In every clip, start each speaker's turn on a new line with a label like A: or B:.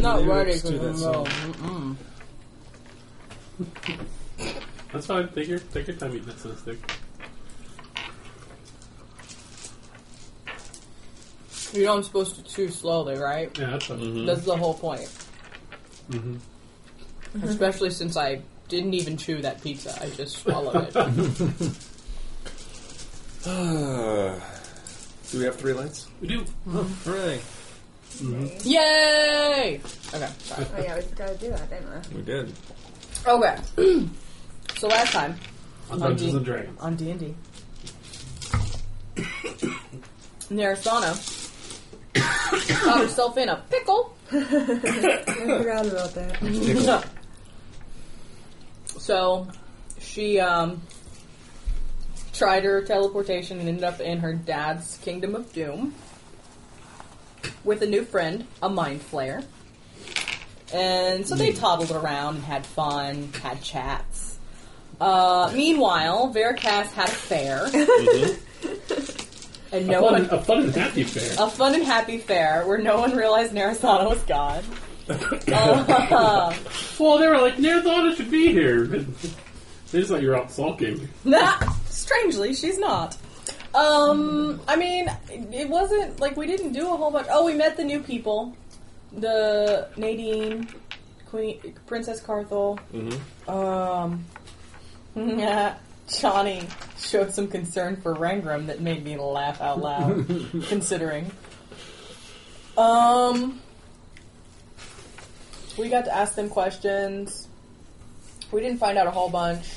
A: not
B: lyrics
A: writing
B: to that
A: no.
B: song.
A: Mm-mm.
C: That's fine. Take your take your time eating that sort of thing.
A: You know I'm supposed to chew slowly, right?
C: Yeah, that's fine.
A: That's the whole point.
C: Mm-hmm.
A: Especially since I didn't even chew that pizza. I just swallowed it.
D: Do we have three lights?
C: We do.
B: Hooray!
A: Yay! Okay, sorry.
E: Oh yeah, we forgot to do that, didn't we?
B: We did.
A: Okay. so last time
C: On
A: On
C: Dungeons
A: D-
C: and Dragons.
A: on D&D, Narasana found herself in a pickle.
E: I forgot about that.
A: so she um, tried her teleportation and ended up in her dad's kingdom of doom with a new friend, a mind flayer. And so
C: Hmm.
A: they toddled around and had fun, had chats. Uh, meanwhile, Veracast had a fair. and
C: A
A: no
C: fun,
A: one
C: a fun and happy fair.
A: a fun and happy fair where no one realized Narasana was gone. Uh,
C: Well, they were like, never thought I should be here. they just thought you were out sulking.
A: Nah, strangely, she's not. Um, I mean, it wasn't like we didn't do a whole bunch. Oh, we met the new people, the Nadine, Queen Princess Carthel. Um, yeah, Johnny showed some concern for Rangram that made me laugh out loud, considering. Um, we got to ask them questions. We didn't find out a whole bunch.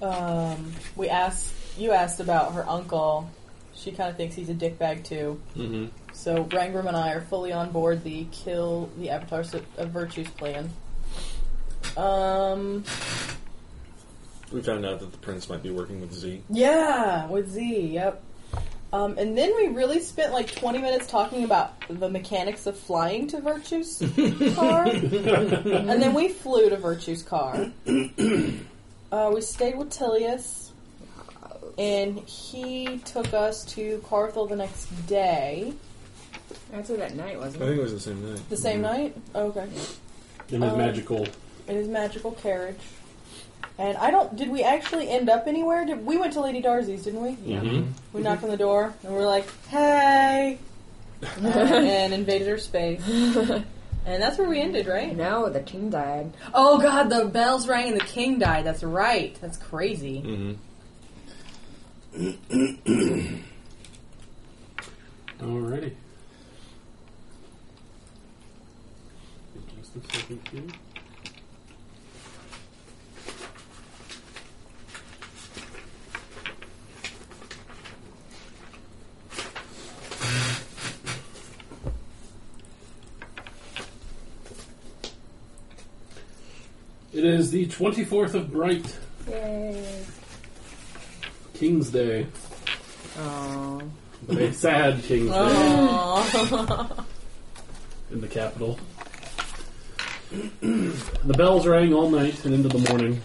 A: Um, we asked you asked about her uncle. She kind of thinks he's a dickbag too.
C: Mm-hmm.
A: So Rangram and I are fully on board the kill the avatars of, of virtues plan. Um,
D: We found out that the prince might be working with Z.
A: yeah, with Z, yep. Um, and then we really spent like 20 minutes talking about the mechanics of flying to Virtue's car. and then we flew to Virtue's car. Uh, we stayed with Tilius. And he took us to Carthel the next day.
E: That's what that night was.
D: I
E: Wasn't
D: think
E: it?
D: it was the same night.
A: The same night? Okay.
C: In his magical.
A: In his magical carriage. And I don't. Did we actually end up anywhere? Did, we went to Lady Darcy's, didn't we?
C: Mm-hmm.
A: We knocked on the door and we're like, "Hey!" Uh, and invaded her space. And that's where we ended, right?
E: No, the king died.
A: Oh god, the bells rang and the king died. That's right. That's crazy.
D: Mm-hmm.
C: Alrighty. Just a second here. It is the 24th of Bright,
E: Yay.
C: King's Day.
A: Oh.
C: But a sad King's Day. in the capital. the bells rang all night and into the morning.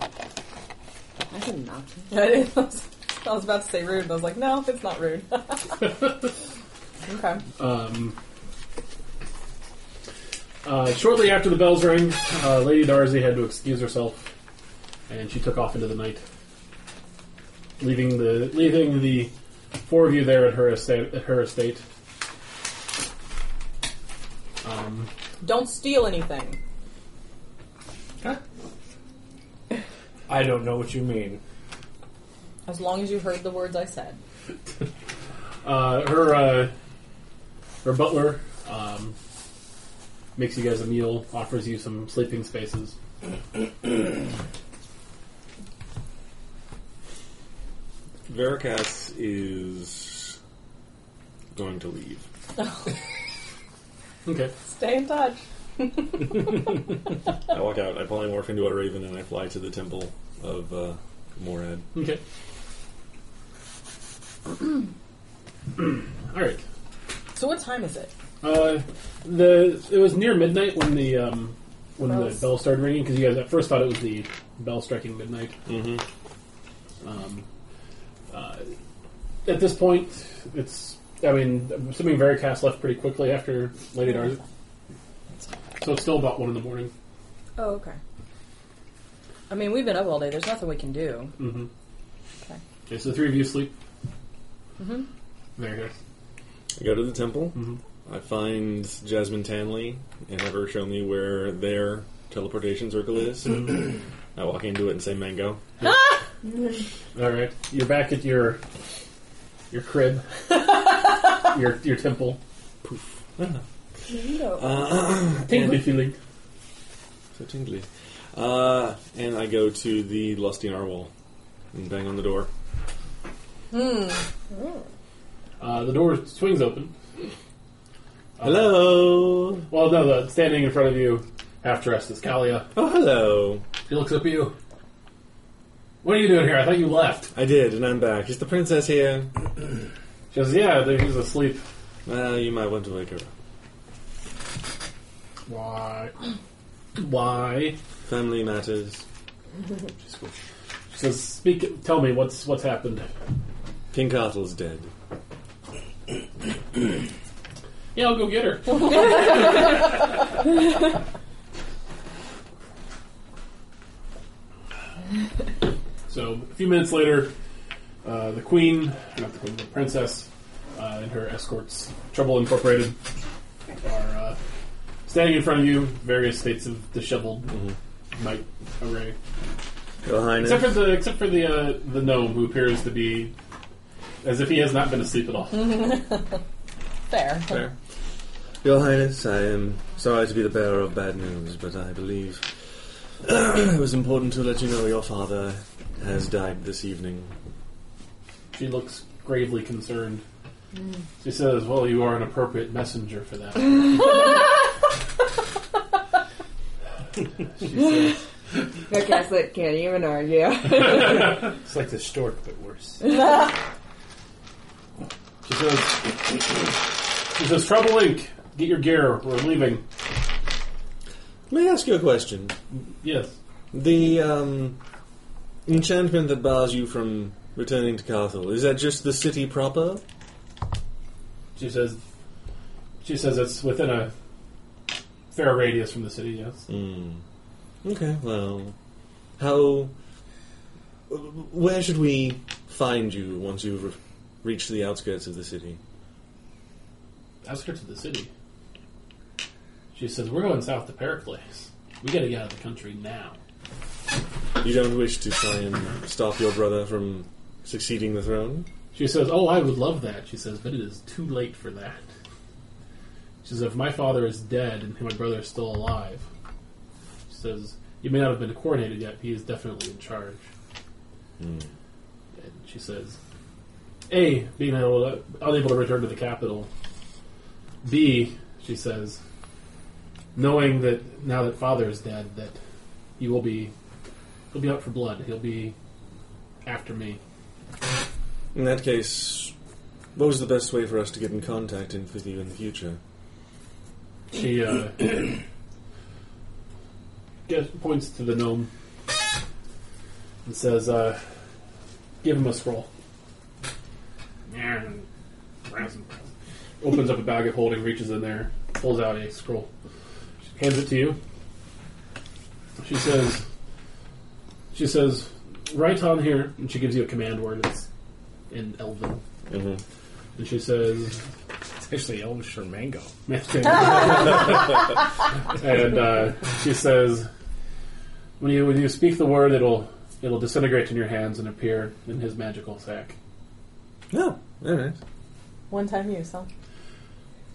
E: That's an option.
A: I was I was about to say rude, but I was like, no, it's not rude. okay.
C: Um, uh, shortly after the bells rang, uh, Lady Darcy had to excuse herself, and she took off into the night, leaving the leaving the four of you there at her estate. At her estate. Um,
A: Don't steal anything.
B: I don't know what you mean.
A: As long as you heard the words I said.
C: Uh, her uh, her butler um, makes you guys a meal, offers you some sleeping spaces.
D: Veracast is going to leave.
C: Okay.
A: Stay in touch.
D: I walk out, I polymorph into a raven, and I fly to the temple of uh, Morad.
C: Okay. All right.
A: So what time is it?
C: Uh, the it was near midnight when the um, when
E: Bells.
C: the bell started ringing because you guys at first thought it was the bell striking midnight. Mm-hmm. Um, uh, at this point, it's I mean, I'm assuming Veracast left pretty quickly after Lady Darcy. So it's still about one in the morning.
E: Oh, okay.
A: I mean, we've been up all day. There's nothing we can do.
C: Mm-hmm.
A: Okay.
C: Okay, so the three of you sleep.
A: Mhm.
C: Very good.
D: I go to the temple.
C: Mhm.
D: I find Jasmine Tanley and have her show me where their teleportation circle is.
C: Mm-hmm.
D: I walk into it and say mango.
C: All right, you're back at your your crib, your your temple.
E: Mango.
C: Tingly feeling.
D: So tingly. Uh, and I go to the lusty narwhal and bang on the door.
C: Uh, the door swings open. Uh,
D: Hello.
C: Well, no, the, standing in front of you, half dressed, is Kalia.
D: Oh, hello.
C: He looks up at you. What are you doing here? I thought you left.
D: I did, and I'm back. Is the princess here?
C: She says, "Yeah, there- he's asleep."
D: Well, you might want to wake her up.
C: Why? Why?
D: Family matters.
C: She says, "Speak. Tell me what's what's happened."
D: King Cartle's dead.
C: Yeah, I'll go get her. so a few minutes later, uh, the queen, not the queen, the princess, uh, and her escorts, Trouble Incorporated, are uh, standing in front of you, various states of disheveled might array.
D: Your Highness.
C: Except for the except for the uh, the gnome who appears to be as if he has not been asleep at all.
A: Fair.
D: Fair. Your Highness, I am sorry to be the bearer of bad news, but I believe it was important to let you know your father has died this evening.
C: She looks gravely concerned. She says, Well, you are an appropriate messenger for that. she says,
E: The gaslit can't even argue.
B: It's like the stork, but worse.
C: she says, she says, Trouble Inc., get your gear, we're leaving.
D: May I ask you a question?
C: Yes.
D: The um, enchantment that bars you from returning to Carthel, is that just the city proper?
C: She says, she says it's within a fair radius from the city, yes.
D: Mm. Okay, well, how. Where should we find you once you've re- reached the outskirts of the city?
C: Ask her to the city. She says, We're going south to Pericles. We gotta get out of the country now.
D: You don't wish to try and stop your brother from succeeding the throne?
C: She says, Oh, I would love that. She says, But it is too late for that. She says, If my father is dead and my brother is still alive, she says, You may not have been coordinated yet, but he is definitely in charge. And she says, A, being able unable to return to the capital. B, she says, knowing that now that father is dead, that he will be, he'll be out for blood. He'll be after me.
D: In that case, what was the best way for us to get in contact in, with you in the future?
C: She uh, gets, points to the gnome and says, uh, "Give him a scroll." Opens up a bag of holding, reaches in there, pulls out a scroll, she hands it to you. She says, "She says, write on here," and she gives you a command word. It's in Elven,
D: Mm-hmm.
C: and she says,
B: It's actually Elvish or Mango.
C: and uh, she says, "When you when you speak the word, it'll it'll disintegrate in your hands and appear in his magical sack."
D: No, alright.
A: One time use, huh?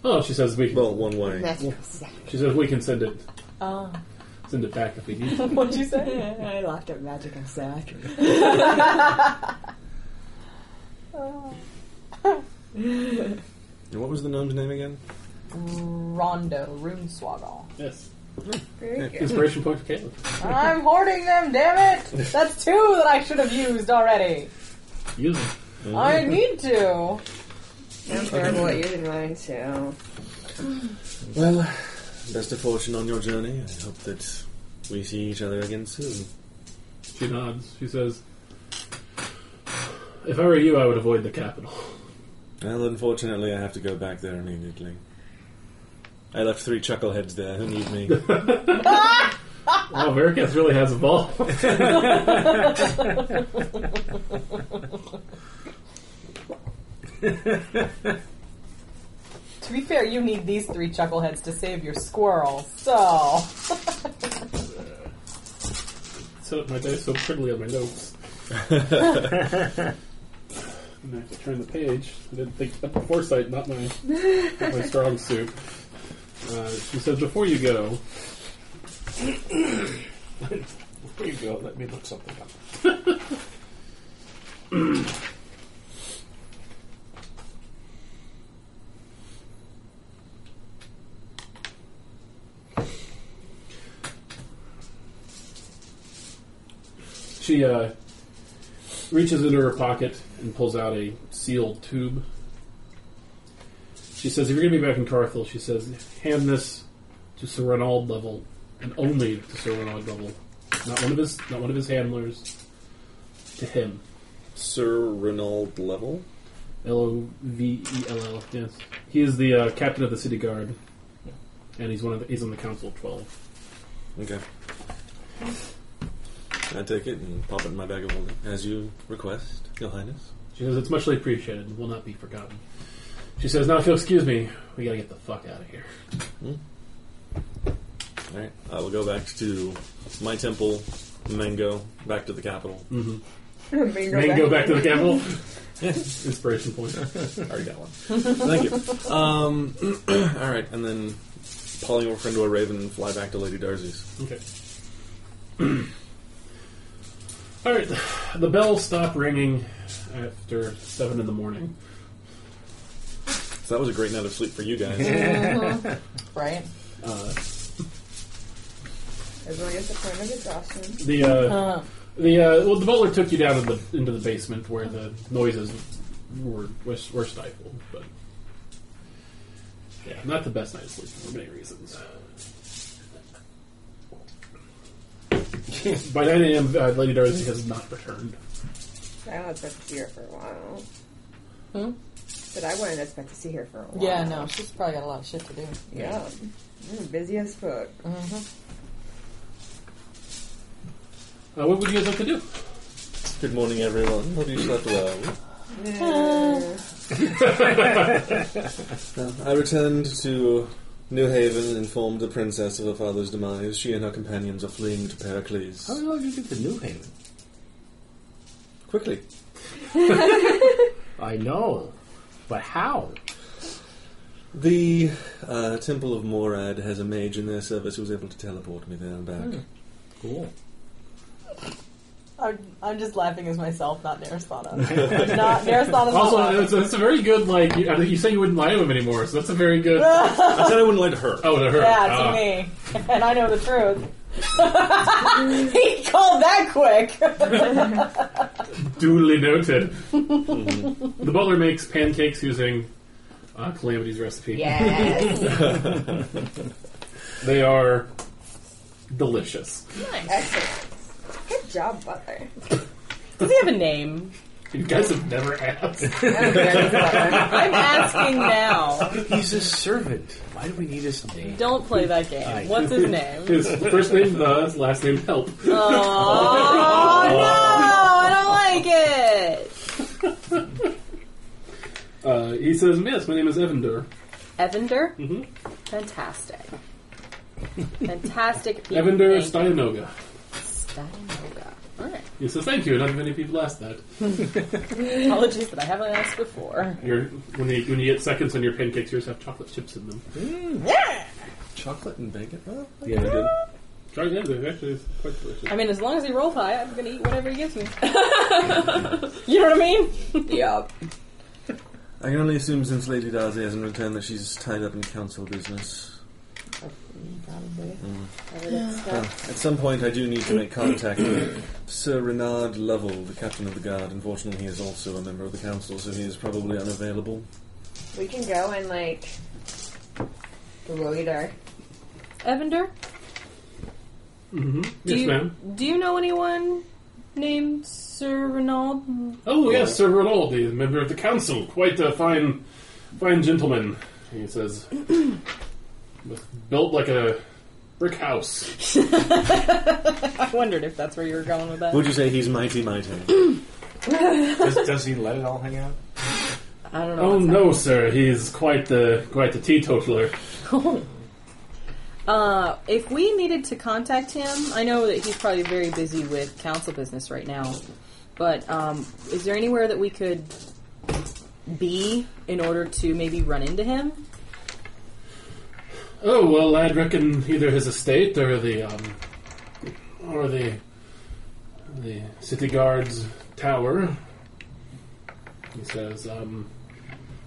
C: Oh, she says we can,
D: Well, one way.
E: Magical sack.
C: she says we can send it
A: Oh.
C: send it back if we need. to.
A: What'd you say?
E: I laughed at magical sack.
D: And what was the gnome's name again?
A: Rondo, Rune Swaggle.
C: Yes,
E: Very good.
C: inspiration point for Caleb.
A: I'm hoarding them, damn it! That's two that I should have used already.
C: Use it.
A: I need to.
E: I'm terrible at using mine, so.
D: Well, best of fortune on your journey. I hope that we see each other again soon.
C: She nods. She says, "If I were you, I would avoid the capital."
D: Well, unfortunately, I have to go back there immediately. I left three chuckleheads there who need me.
C: Wow, Veracast really has a ball.
A: To be fair, you need these three chuckleheads to save your squirrel. So,
C: Set up my dice so prettily on my notes. I'm gonna have to turn the page. I didn't think that foresight, not my not my strong suit. Uh, she says, "Before you go,
B: Here you go. Let me look something up.
C: She uh, reaches into her pocket and pulls out a sealed tube. She says, If you're going to be back in Carthel, she says, hand this to Sir Renaud Level, and only to Sir Renaud Level. Not one of his, not one of his handlers. To him,
D: Sir Renault Level?
C: L O V E L L. Yes, he is the uh, captain of the city guard, and he's one of the, he's on the council of twelve.
D: Okay. I take it and pop it in my bag of holding, as you request, Your Highness.
C: She says it's muchly appreciated and will not be forgotten. She says, "Now, if you'll excuse me, we gotta get the fuck out of here."
D: Alright, I will go back to my temple, Mango, back to the capital.
C: Mm-hmm.
E: Bingo
C: May go back to the capital.
D: Yeah.
C: Inspiration point.
D: already got one. Thank you. Um, alright, and then polymorph into a raven and fly back to Lady Darcy's.
C: Okay. All right. The bells stop ringing after seven in the morning.
D: So that was a great night of sleep for you guys.
A: right?
C: Uh,
E: Everyone gets a point of exhaustion.
C: the uh,
A: Uh,
C: the uh, well, the butler took you down in the, into the basement where the noises were were, were stifled, but yeah, not the best night's sleep for many reasons. By 9 a.m., uh, Lady Darcy has not returned.
E: I was expect to see her for a while.
A: Hmm?
E: But I wouldn't expect to see her for a while.
A: yeah, no, she's probably got a lot of shit to do.
E: Yeah. Mm, busy as fuck.
C: Uh, what would you guys like to do?
D: Good morning, everyone. Hope you slept well.
E: Yeah.
D: Uh, I returned to New Haven and informed the princess of her father's demise. She and her companions are fleeing to Pericles.
B: How the hell did you get to New Haven?
D: Quickly.
B: I know, but how?
D: The uh, Temple of Morad has a mage in their service who was able to teleport me there and back.
B: Cool.
A: I'm, I'm just laughing as myself, not Narasana. not Narasana's not
C: Also,
A: laughing.
C: it's, it's a very good like. You, I think you say you wouldn't lie to him anymore, so that's a very good. oh,
D: I said I wouldn't lie to her.
C: to her.
A: Yeah, to
C: Ah.
A: me. And I know the truth. he called that quick.
C: Duly noted.
B: Mm-hmm.
C: the butler makes pancakes using uh, Calamity's recipe.
E: Yes.
C: They are delicious.
E: Excellent. Good job, Butler.
A: Does he have a name?
C: You guys have never asked.
E: I'm good as Butler.
A: I'm asking now.
B: He's a servant. Why do we need his name?
A: Don't play that game. What's his name?
C: His first name the his last name help.
A: Oh no, I don't like it.
C: Uh, he says, "Yes, my name is Evander.
A: Evander?
B: Mm-hmm.
C: Mhm.
A: Fantastic. Fantastic people.
C: Evander
A: Thank
C: Steinoga."
A: Steinoga. Alright.
C: He says, "Thank you." Not many people ask that.
A: Apologies that I haven't asked before.
C: You're, when you when you get seconds on your pancakes, you just have chocolate chips in them.
D: Chocolate and bacon? Oh,
B: Yeah, we did.
C: Chocolate yeah, they're actually quite delicious.
A: I mean, as long as he rolls high, I'm gonna eat whatever he gives me. you know what I mean?
E: Yeah.
D: I can only assume since Lady Darcy hasn't returned that she's tied up in council business.
A: Probably.
D: Uh, at some point, I do need to make contact with Sir Renard Lovell, the captain of the guard. Unfortunately, he is also a member of the council, so he is probably unavailable.
E: We can go and like the leader.
A: Evander,
C: Mm-hmm.
A: do
C: Yes,
A: you,
C: ma'am.
A: do you know anyone named Sir Renaud?
C: Oh yes, Sir Renaud, the member of the council, quite a fine, fine gentleman. He says, was built like a brick house.
A: I wondered if that's where you were going with that.
D: Would you say he's mighty mighty?
B: does, does he let it all hang out?
A: I don't know.
C: Oh
A: what's
C: no, sir, he's quite the quite the teetotaler.
A: Uh, if we needed to contact him, I know that he's probably very busy with council business right now. But um, is there anywhere that we could be in order to maybe run into him?
C: Oh well, I'd reckon either his estate or the um, or the the city guards tower. He says, um,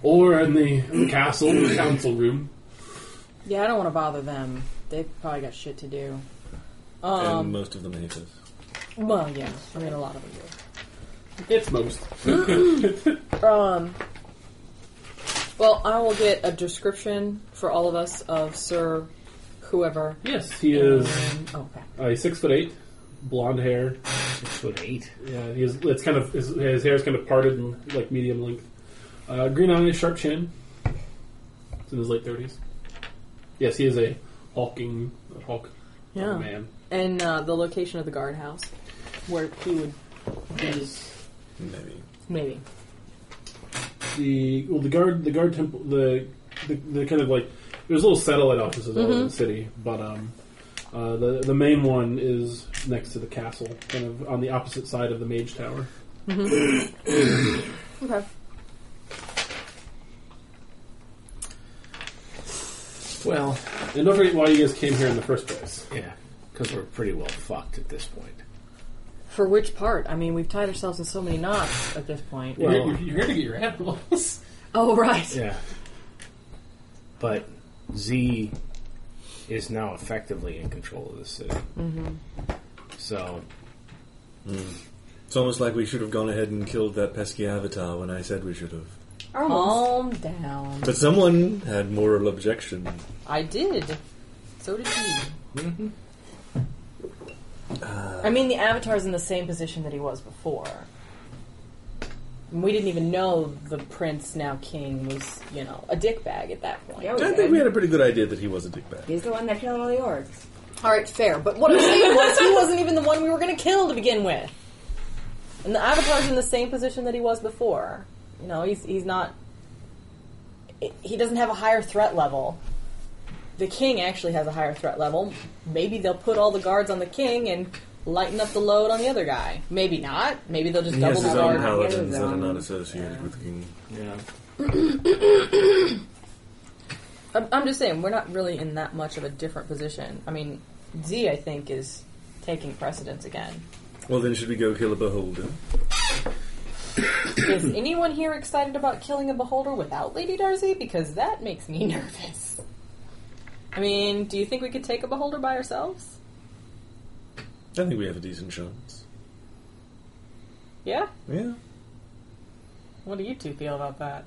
C: or in the castle council room.
A: Yeah, I don't want to bother them. They've probably got shit to do.
D: and
A: Um,
D: most of them hate us.
A: well, yeah, I mean, a lot of them do.
C: It's most.
A: Um, well, I will get a description for all of us of Sir whoever.
C: Yes, he is
A: Um, okay.
C: uh, he's six foot eight, blonde hair.
B: Six foot eight.
C: Yeah, he's it's kind of his, his hair is kind of parted and like medium length. Uh, green eyes, sharp chin. It's in his late thirties. Yes, he is a hawking a hawk
A: Yeah.
C: man.
A: And uh, the location of the guardhouse, where he would be,
D: Maybe.
A: maybe.
C: The well, the guard, the guard temple, the the, the kind of like there's little satellite offices all
E: Mm-hmm.
C: over the city, but um, uh, the the main one is next to the castle, kind of on the opposite side of the mage tower.
A: Okay.
B: Well,
C: And don't forget why you guys came here in the first place.
B: yeah, because we're pretty well fucked at this point.
A: For which part? I mean, we've tied ourselves in so many knots at this point.
C: You're-
B: Well-
C: you're, you're here to get your animals.
A: Oh, right.
B: Yeah. But Z is now effectively in control of the city. Mm-hmm. So
D: It's almost like we should have gone ahead and killed that pesky avatar when I said we should have.
E: Almost.
A: Calm down.
D: But someone had moral objection.
A: I did. So did he. I mean, the avatar's in the same position that he was before. And We didn't even know the prince, now king, was, you know, a dickbag at that point.
E: Yeah,
D: I think we had a pretty good idea that he was a dickbag.
E: He's the one that killed all the orcs.
A: All right, fair. But what I'm saying was, he wasn't even the one we were going to kill to begin with. And the avatar's in the same position that he was before. You know, he's he's not. He doesn't have a higher threat level. The king actually has a higher threat level. Maybe they'll put all the guards on the king and lighten up the load on the other guy. Maybe not. Maybe they'll just
D: He
A: double
D: has
A: the
D: his own
A: guard.
D: paladins
E: his
D: that are
E: own-
D: not associated with the king.
B: yeah,
A: I'm, I'm just saying, we're not really in that much of a different position. I mean, Z, I think, is taking precedence again.
D: Well, then should we go kill a beholder?
A: Is anyone here excited about killing a beholder without Lady Darcy? Because that makes me nervous. I mean, do you think we could take a beholder by ourselves?
D: I think we have a decent chance.
A: Yeah?
D: Yeah.
A: What do you two feel about that?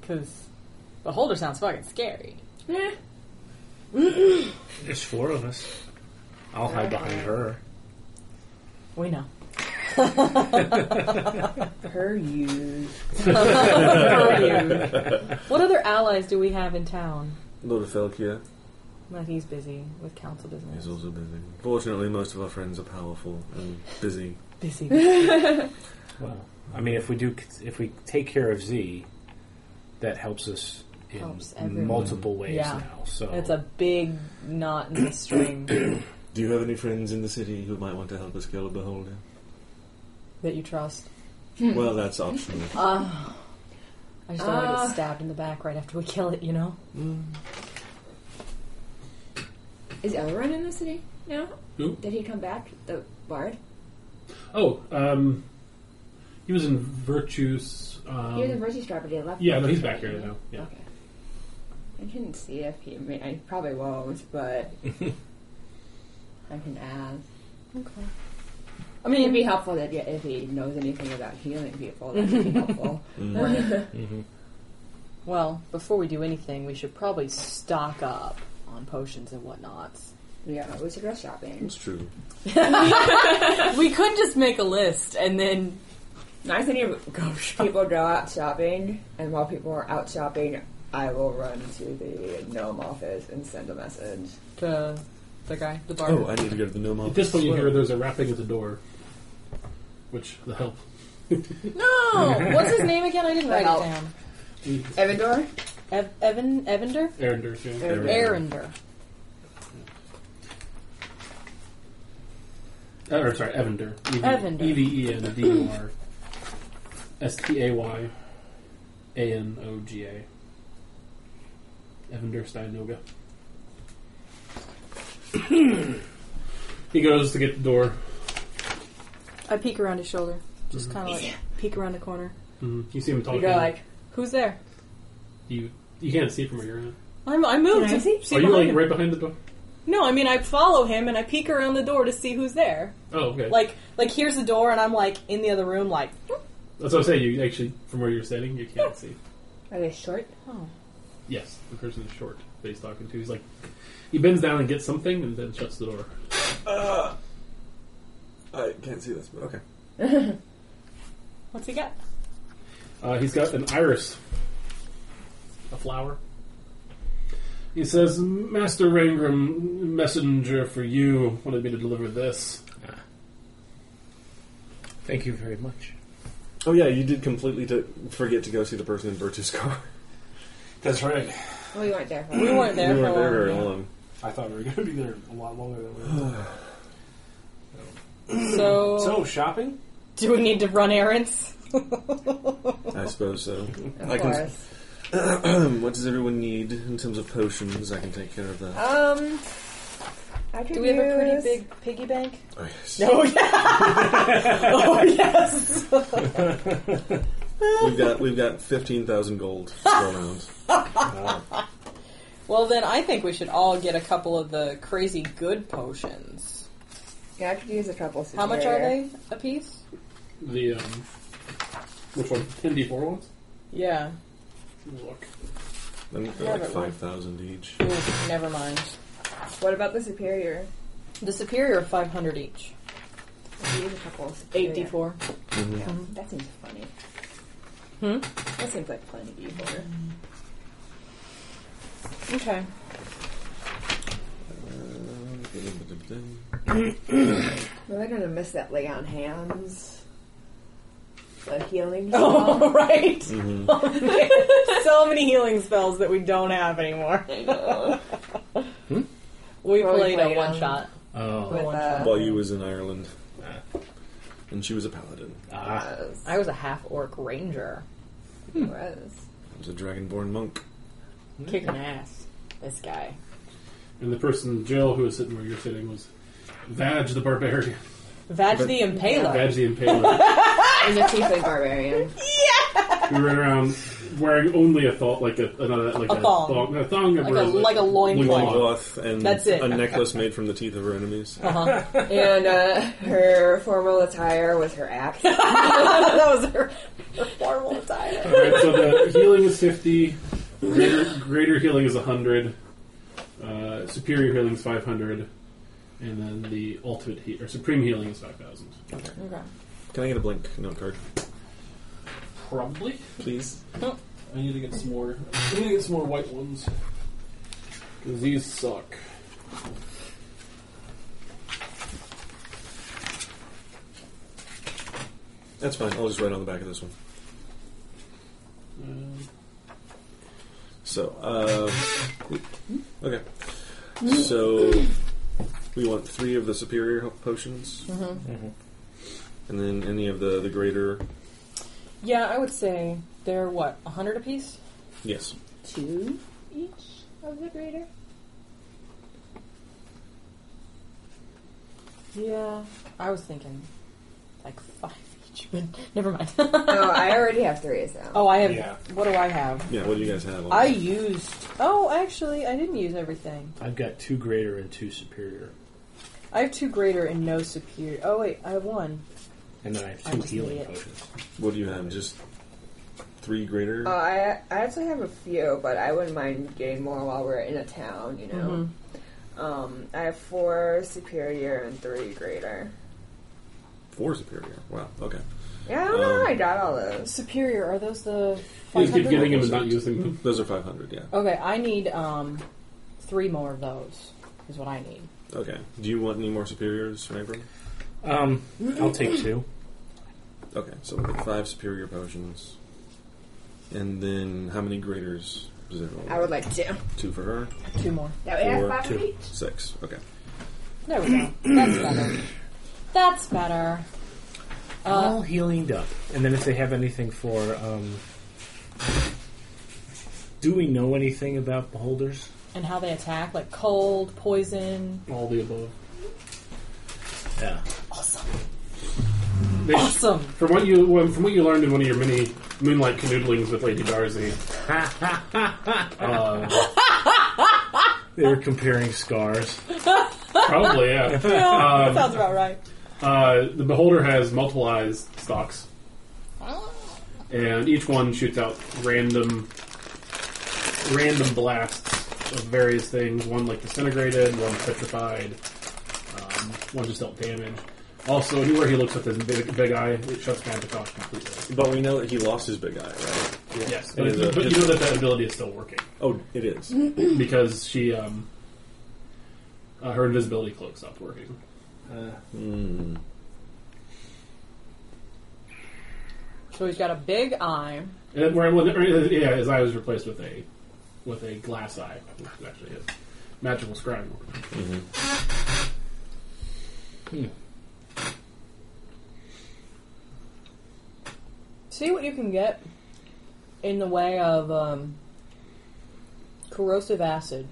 A: Because beholder sounds fucking scary.
B: there's four of us. I'll hide behind her.
A: We know.
E: Per use.
A: What other allies do we have in town?
D: Lord of Felkia
A: Well, he's busy with council
D: is
A: business.
D: also busy. Fortunately, most of our friends are powerful and busy.
A: Busy.
B: Well, I mean, if we do, if we take care of Z, that helps us in
A: Helps everyone.
B: multiple ways
A: Yeah.
B: now. So
A: It's a big knot in the string
D: Do you have any friends in the city who might want to help us kill a beholder?
A: that you trust.
D: well, that's optional.
A: Uh, I just don't want to
E: Ah.
A: get stabbed in the back right after we kill it, you know?
D: Mm.
E: Is Elrond in the city now?
C: Who?
E: Did he come back? The bard?
C: Oh, um, he was in Virtues. Um,
E: he was in Mercy's property. I left.
C: yeah, no, he's back here now. Yeah.
E: Okay. I didn't see if he. I mean, I probably won't, but I can ask.
A: Okay. I
E: It'd be
A: mean,
E: helpful that yeah, if he knows anything about healing people, that would be helpful.
D: Mm. Mm-hmm.
A: well, before we do anything, we should probably stock up on potions and whatnots.
E: Yeah, we should go shopping.
D: It's true.
A: We could just make a list and then
E: Nice thing you go. People go out shopping, and while people are out shopping, I will run to the gnome office and send a message.
F: To the guy, the bar.
D: Oh, I need to go to the gnome
C: At this
D: office.
C: point, you hear there's a rapping at the door, which the help.
A: No! What's his name again? I didn't write
E: Well.
A: it down.
E: Evandor?
A: Ev- Evan Evander?
C: Aaron Durkin.
E: Aaron.
A: Erinder.
C: Uh, or sorry, Evander.
A: Evander.
C: E V E N D U R. S T A Y A N O G A. Evander Steinoga. he goes to get the door.
A: I peek around his shoulder. Just
C: Mm-hmm.
A: kind of like peek around the corner.
C: Mhm. You see him
E: We
C: talking.
E: go like,
A: Who's there?
C: you, you can't see from where you're at.
A: I'm, I moved.
E: Can I see?
A: see
C: Are you
A: behind
C: like
A: him.
C: right behind the door?
A: No, I mean I follow him and I peek around the door to see who's there.
C: Oh, okay.
A: Like, like here's the door, and I'm like in the other room, like.
C: That's what I'm saying. You actually, from where you're standing, you can't see.
E: are they short?
A: Oh,
C: Yes, the person is short that he's talking to. He's like, he bends down and gets something and then shuts the door.
D: I can't see this, but okay.
A: What's he got?
C: Uh, he's got an iris, a flower. He says, Master Rangram, messenger for you, wanted me to deliver this.
B: Thank you very much.
D: Oh yeah, you did completely to forget to go see the person in Virtue's car.
B: That's right.
E: We weren't there.
A: We weren't there
D: you
A: for a
D: weren't
A: while.
D: there very
A: yeah.
D: long.
B: I thought we were going to be there a lot longer than we were.
A: So,
B: so, shopping?
A: do we need to run errands?
D: I suppose so.
E: Of
D: I can-
E: course.
D: Hmm, what does everyone need in terms of potions? I can take care of
A: Uh,
D: that.
E: Um, I could
A: Do we have a pretty
E: use-
A: big piggy bank?
D: Oh, yes.
A: Oh yeah! oh yes!
D: We've got we've got fifteen thousand gold around.
A: Well then, I think we should all get a couple of the crazy good potions.
E: Yeah, I could use a couple.
A: How much are they a piece?
C: The, um, which one? 10d4 ones?
A: Yeah.
C: Look.
D: Then they're like five thousand each.
A: Ooh, never mind.
E: What about the superior?
A: The superior are five hundred each.
E: I could use a couple. of
A: Eight d
E: superior.
A: four.
E: Yeah, That seems funny.
A: Hmm?
E: That seems like plenty evil.
A: Okay.
E: Well, they're gonna miss that lay on hands. The healing.
A: Oh,
E: spell.
A: right.
D: Mhm.
A: so many healing spells that we don't have anymore. We
E: Well, we
A: played um, a
E: played
A: one
E: them.
A: shot.
B: Oh.
E: With, uh,
D: While you was in Ireland, and she was a paladin.
B: Ah.
E: was,
A: I was a half orc ranger,
E: was.
D: I was a dragonborn monk.
A: kicking ass. This guy.
C: And the person, Jill, who was sitting where you're sitting, was Vag the Barbarian.
A: Vag the Impaler.
C: Vag the Impaler.
E: And the tiefling barbarian.
C: who ran around wearing only a thong, like a, another, like
A: A
C: a,
A: thong.
C: a thong
A: Like a, like a loincloth.
D: Cloth and
A: That's it.
D: a necklace made from the teeth of her enemies.
A: Uh-huh.
E: and uh, her formal attire was her axe.
A: that was her, her formal attire.
C: Alright, so the healing is 50, greater, greater healing is 100, uh, superior healing is 500, and then the ultimate he- or supreme healing is 5,000.
A: Okay.
D: Can I get a blank note card,
C: Probably.
D: please?
C: I need to get some more. I need to get some more white ones. Because these suck.
D: That's fine. I'll just write on the back of this one. So, um, okay. So, we want three of the superior health potions,
B: Mm-hmm.
D: and then any of the the greater.
A: Yeah, I would say they're what, a hundred apiece?
D: Yes.
E: Two each of the greater.
A: Yeah. I was thinking like five each, but never mind.
E: Oh, I already have three of them.
A: oh, I have.
B: Yeah.
A: What do I have?
D: Yeah. What do you guys have? On
A: I used. Oh, actually, I didn't use everything.
B: I've got two greater and two superior.
A: I have two greater and no superior. Oh wait, I have one.
B: And then I have
A: I
B: two
A: just
B: healing
A: need it.
B: potions.
D: What do you have? Just three greater.
E: Oh, I I actually have a few, but I wouldn't mind getting more while we're in a town. You know, Mm-hmm. um, I have four superior and three greater.
D: Four superior. Wow. Okay.
E: Yeah, I don't know
D: Um,
E: how I got all those.
A: Superior, are those the
C: You just keep
A: 500?
C: getting them and not using them.
D: Those are 500. Yeah.
A: Okay, I need um, three more of those. Is what I need.
D: Okay. Do you want any more superiors, Abram?
B: Um, I'll take two.
D: Okay. So we get five superior potions, and then how many graders? Does everyone
E: I would like to.
D: two for her.
A: Two more.
E: That way I have
D: Four,
E: five
D: two.
E: of each.
D: Six. Okay.
A: There we go. That's better. That's better. Uh,
B: All healing up. And then if they have anything for, um, do we know anything about beholders?
A: And how they attack, like cold, poison.
C: All the above.
B: Yeah.
A: Awesome.
C: They sh-
A: Awesome.
C: From what you when- from what you learned in one of your many moonlight canoodlings with Lady Darcy, uh,
B: They were comparing scars.
C: probably yeah.
A: Sounds about right.
C: Uh, the beholder has multiple eyes stalks, and each one shoots out random random blasts of various things. One like disintegrated, one petrified, um, one just dealt damage. Also, anywhere he looks with his big, big eye, it shuts magic off completely.
D: But we know that he lost his big eye, right?
C: Yes, but,
D: It is
C: it's-
D: a-
C: but you know that that ability is still working.
D: Oh, it is.
E: Mm-hmm.
C: because she um, uh, her invisibility cloak stopped working.
D: Mm.
A: So he's got a big eye.
C: And then where, when- or, uh, yeah, his eye was replaced with a with a glass eye, which is actually his magical scrying. orb.
A: See what you can get in the way of um, corrosive acid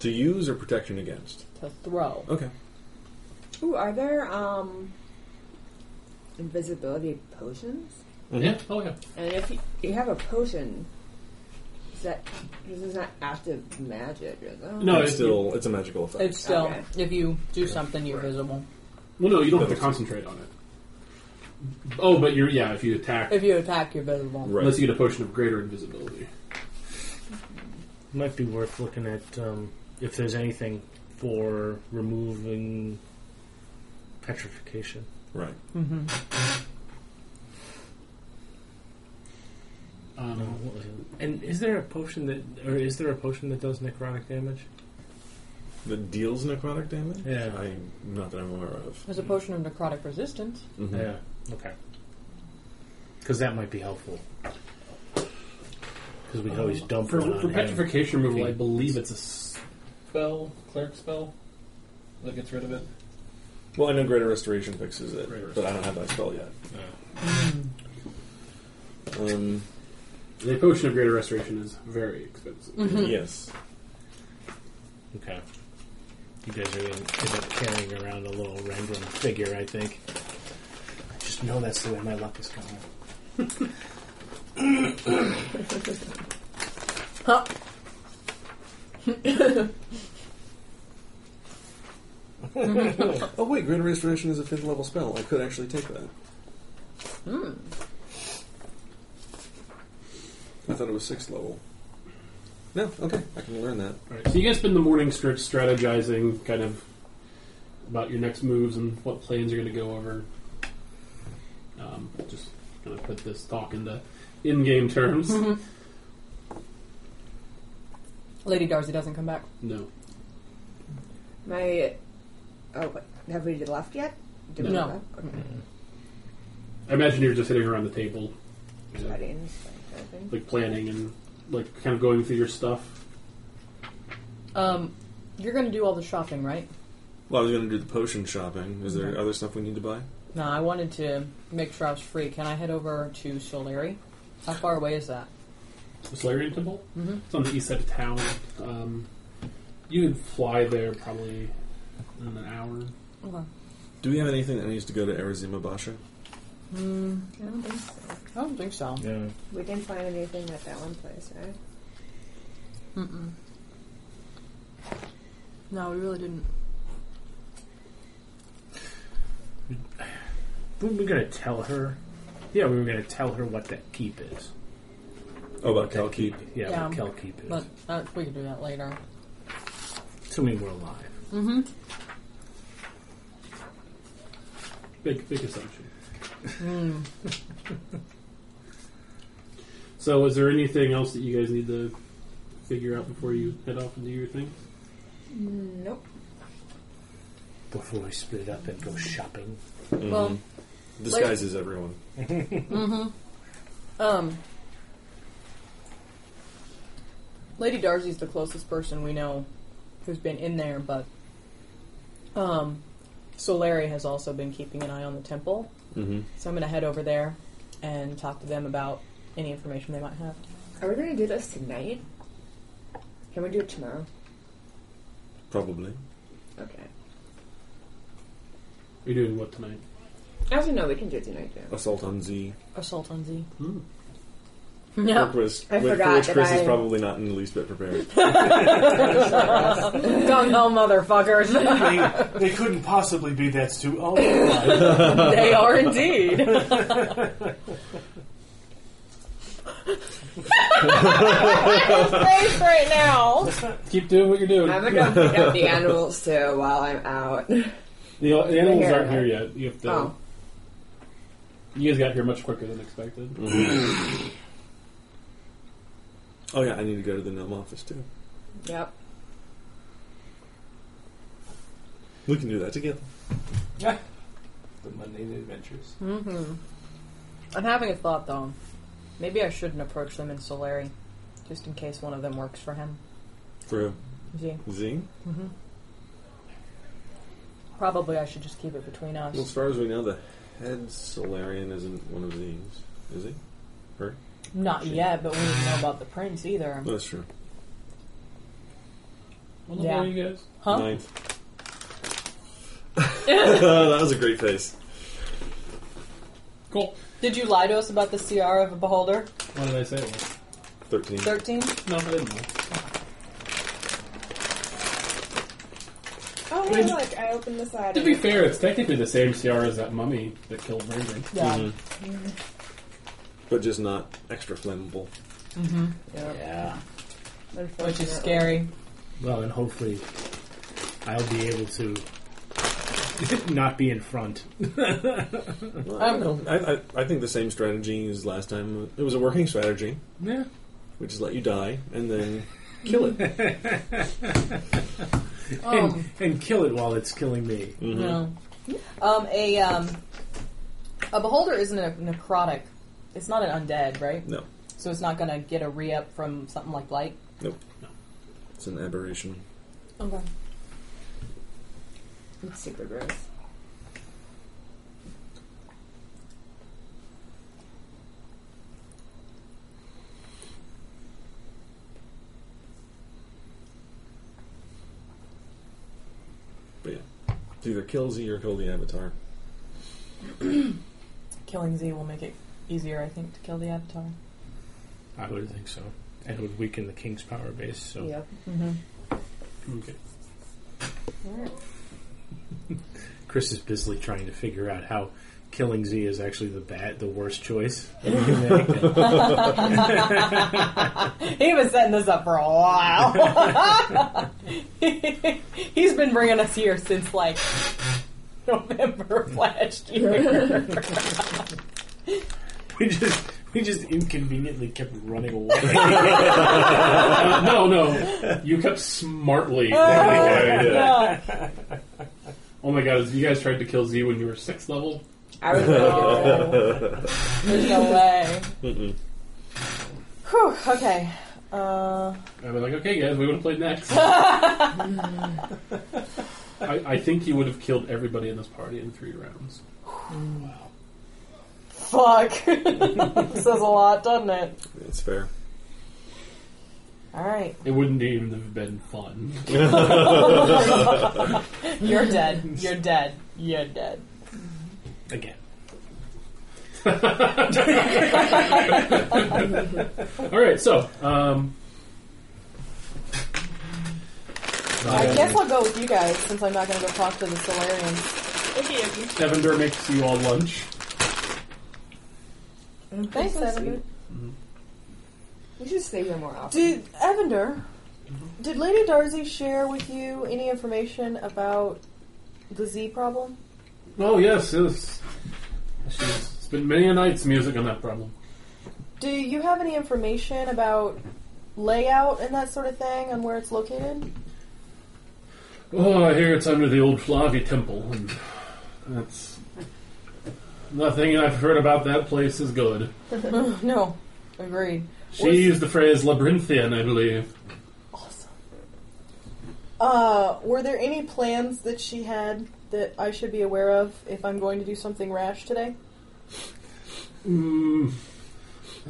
D: To use or protection against?
A: to throw.
D: Okay.
E: Ooh, are there um invisibility potions?
C: Yeah. Oh yeah.
E: And if you, you have a potion, is that this is not active magic, is it?
C: No,
D: it's
C: it-
D: still it's a magical effect.
A: It's still
E: Okay.
A: if you do something, you're visible.
C: Well, no, you don't have to concentrate on it. Oh, but you're yeah. If you attack,
A: If you attack, you're visible.
D: right.
C: unless you get a potion of greater invisibility.
B: Might be worth looking at um, if there's anything for removing petrification.
D: right.
A: Mm-hmm.
B: No,
C: Um,
B: what was it? And is there a potion that, or is there a potion that does necrotic damage?
D: That deals necrotic damage.
B: Yeah.
D: I not that I'm aware of.
A: There's a potion of necrotic resistance.
D: Mhm.
B: Yeah. Okay. Because that might be helpful. Because we can always dump
C: Um, for,
B: one on
C: for
B: him.
C: petrification removal, I
B: Yeah.
C: believe it's a spell, cleric spell that gets rid of it.
D: Well, I know Greater Restoration fixes it,
C: Greater
D: but I don't have that spell yet. Um,
C: The potion of greater restoration is very expensive.
E: Mm.
D: Yes.
B: Okay. You guys are gonna end up carrying around a little random figure, I think. I just know that's the way my luck is going.
A: Huh.
D: Oh wait, Greater Restoration is a fifth level spell. I could actually take that.
E: Hmm.
D: I thought it was sixth level. No, okay, I can learn that.
C: All right, so you guys spend the morning str- strategizing, kind of about your next moves and what plans you're going to go over. Um, just kind of put this talk into in-game terms.
A: Lady Darcy doesn't come back.
C: no,
E: My oh, what, have we left yet? Did we
A: No.
E: left? Okay.
C: I imagine you're just sitting around the table, you know,
E: Weddings, that kind of thing.
C: like planning and like kind of going through your stuff.
A: Um, you're going to do all the shopping, right?
D: Well, I was going to do the potion shopping. Is there other stuff we need to buy?
A: No, I wanted to make sure I was free. Can I head over to Solari? How far away is that?
C: The Solarian Temple. Mm-hmm. It's on the east side of town. Um, you could fly there probably in an hour.
A: Okay.
D: Do we have anything that needs to go to Arizima Basha?
E: I don't think so.
A: I don't think so.
B: Yeah.
E: We didn't find anything at that one place, right?
A: No, we really didn't.
B: We were going to tell her. Yeah, we were going to tell her what that keep is.
D: Oh, about
B: What that
D: Kalkeep.
B: Yeah,
A: Yeah.
B: what Kel keep is.
A: But uh, we can do that later.
B: Assuming we're alive.
C: Big, big assumption. so, is there anything else that you guys need to figure out before you head off and do your thing?
E: Nope.
B: Before we split up and go shopping.
D: Well, Mm-hmm. Disguises everyone.
A: Mm-hmm. Um, Lady Darcy's the closest person we know who's been in there, but um, Solari has also been keeping an eye on the temple.
D: Mm-hmm.
A: So I'm going to head over there and talk to them about any information they might have.
E: Are we gonna do this tonight? Can we do it tomorrow?
D: Probably.
E: Okay.
C: You're doing what tonight?
E: Actually, no, we can do it tonight though.
D: Assault on Z.
A: Assault on Z.
C: Hmm.
A: No.
D: Purpose,
E: I
D: with-
E: forgot
D: for which
E: that
D: Chris
E: I-
D: is probably not in the least bit prepared.
A: Gung ho motherfuckers.
B: they, they couldn't possibly be Oh, that's too old.
A: they are indeed. face right now.
C: Keep doing what you're doing.
E: I'm gonna go pick up the animals too while I'm out.
C: The, the animals
E: Here.
C: aren't here yet. You have to.
E: Oh,
C: You guys got here much quicker than expected.
D: Mm-hmm. oh yeah, I need to go to the gnome office too.
E: yep.
D: We can do that together.
B: the mundane adventures.
A: Mm-hmm. I'm having a thought though. Maybe I shouldn't approach them in Solari, just in case one of them works for him.
D: For
A: See,
D: Z?
A: Mm-hmm. probably I should just keep it between us.
D: Well, as far as we know, the head Solarian isn't one of these, is he?
A: Not yet, but we didn't know about the prince either.
D: Oh, that's true.
C: What
A: Yeah.
C: are you guys?
A: Huh?
D: Ninth. that was a great face.
C: Cool.
A: Did you lie to us about the CR of a beholder?
C: What did I say? it was?
D: Thirteen.
A: Thirteen.
C: No, I didn't know.
G: Oh, hey, look, I opened the side.
C: To be fair, it's technically the same CR as that mummy that killed Brandon.
A: Yeah.
D: Mhm. But just not extra flammable.
B: Yeah.
A: Which is scary.
B: Well, and hopefully I'll be able to not be in front.
A: Mm-hmm.
D: Well, I, don't know. I, I, I think the same strategy as last time. It was a working strategy,
B: Yeah.
D: which is let you die and then kill it.
B: And, and kill it while it's killing me.
A: Oh,
D: mm-hmm.
A: No. Um, a um, a beholder isn't a necrotic. It's not an undead, right?
D: No,
A: So it's not going to get a re up from something like light.
D: nope. It's an aberration.
A: Okay.
E: It's super gross.
D: But yeah, it's either kill Z or kill the avatar.
A: Killing Z will make it easier, I think, to kill the avatar.
B: I would think so. And it would weaken the king's power base, so
E: Yep.
A: Mm-hmm.
C: Okay.
B: Chris is busily trying to figure out how killing Z is actually the bad, the worst choice. that we can make.
A: He was setting this up for a while. He's been bringing us here since like November of last year.
B: we just we just inconveniently kept running away.
C: Uh, no, no. You kept smartly.
E: Oh,
C: running away.
A: Yeah.
C: Oh my god, you guys tried to kill Z when you were sixth level?
E: I was really good.
A: There's Oh, no way.
D: Mm-mm.
A: Whew, okay. Uh,
C: I'd be like, okay, guys, we would have played next. I, I think he would have killed everybody in this party in three rounds.
A: fuck. says a lot, doesn't it?
D: It's fair.
A: All right.
C: It wouldn't even have been fun.
A: You're dead. You're dead. You're dead.
B: Again.
C: All right, so um,
A: I guess I'll go with you guys since I'm not going to go talk to the Solarians.
G: Okey dokey.
C: Evander makes you all lunch.
G: Mm,
A: Thanks,
E: so
A: Evander.
E: sweet. We should stay here more often.
A: Did Evander? Did Lady Darcy share with you any information about the Z problem?
C: Oh yes, yes. She's spent many a night's music on that problem.
A: Do you have any information about layout and that sort of thing on where it's located?
C: Oh, I hear it's under the old Flavi Temple, and that's nothing I've heard about that place is good.
A: no. Agreed.
C: She
A: Was-
C: used the phrase labyrinthian, I believe.
A: Awesome. Uh, were there any plans that she had that I should be aware of if I'm going to do something rash today?
C: Mm,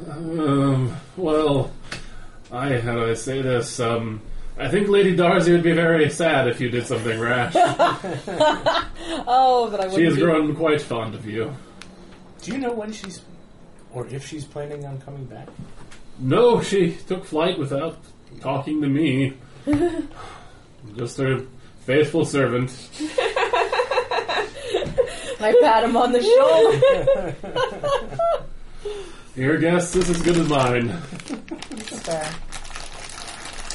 C: um, well, I how do I say this? Um, I think Lady Darcy would be very sad if you did something rash.
A: Oh, but I wouldn't.
C: she has
A: be-
C: grown quite fond of you.
B: Do you know when she's, or if she's planning on coming back?
C: No, she took flight without talking to me. Just her faithful servant.
A: I pat him on the shoulder.
C: Your guess is as good as mine.
A: That's fair.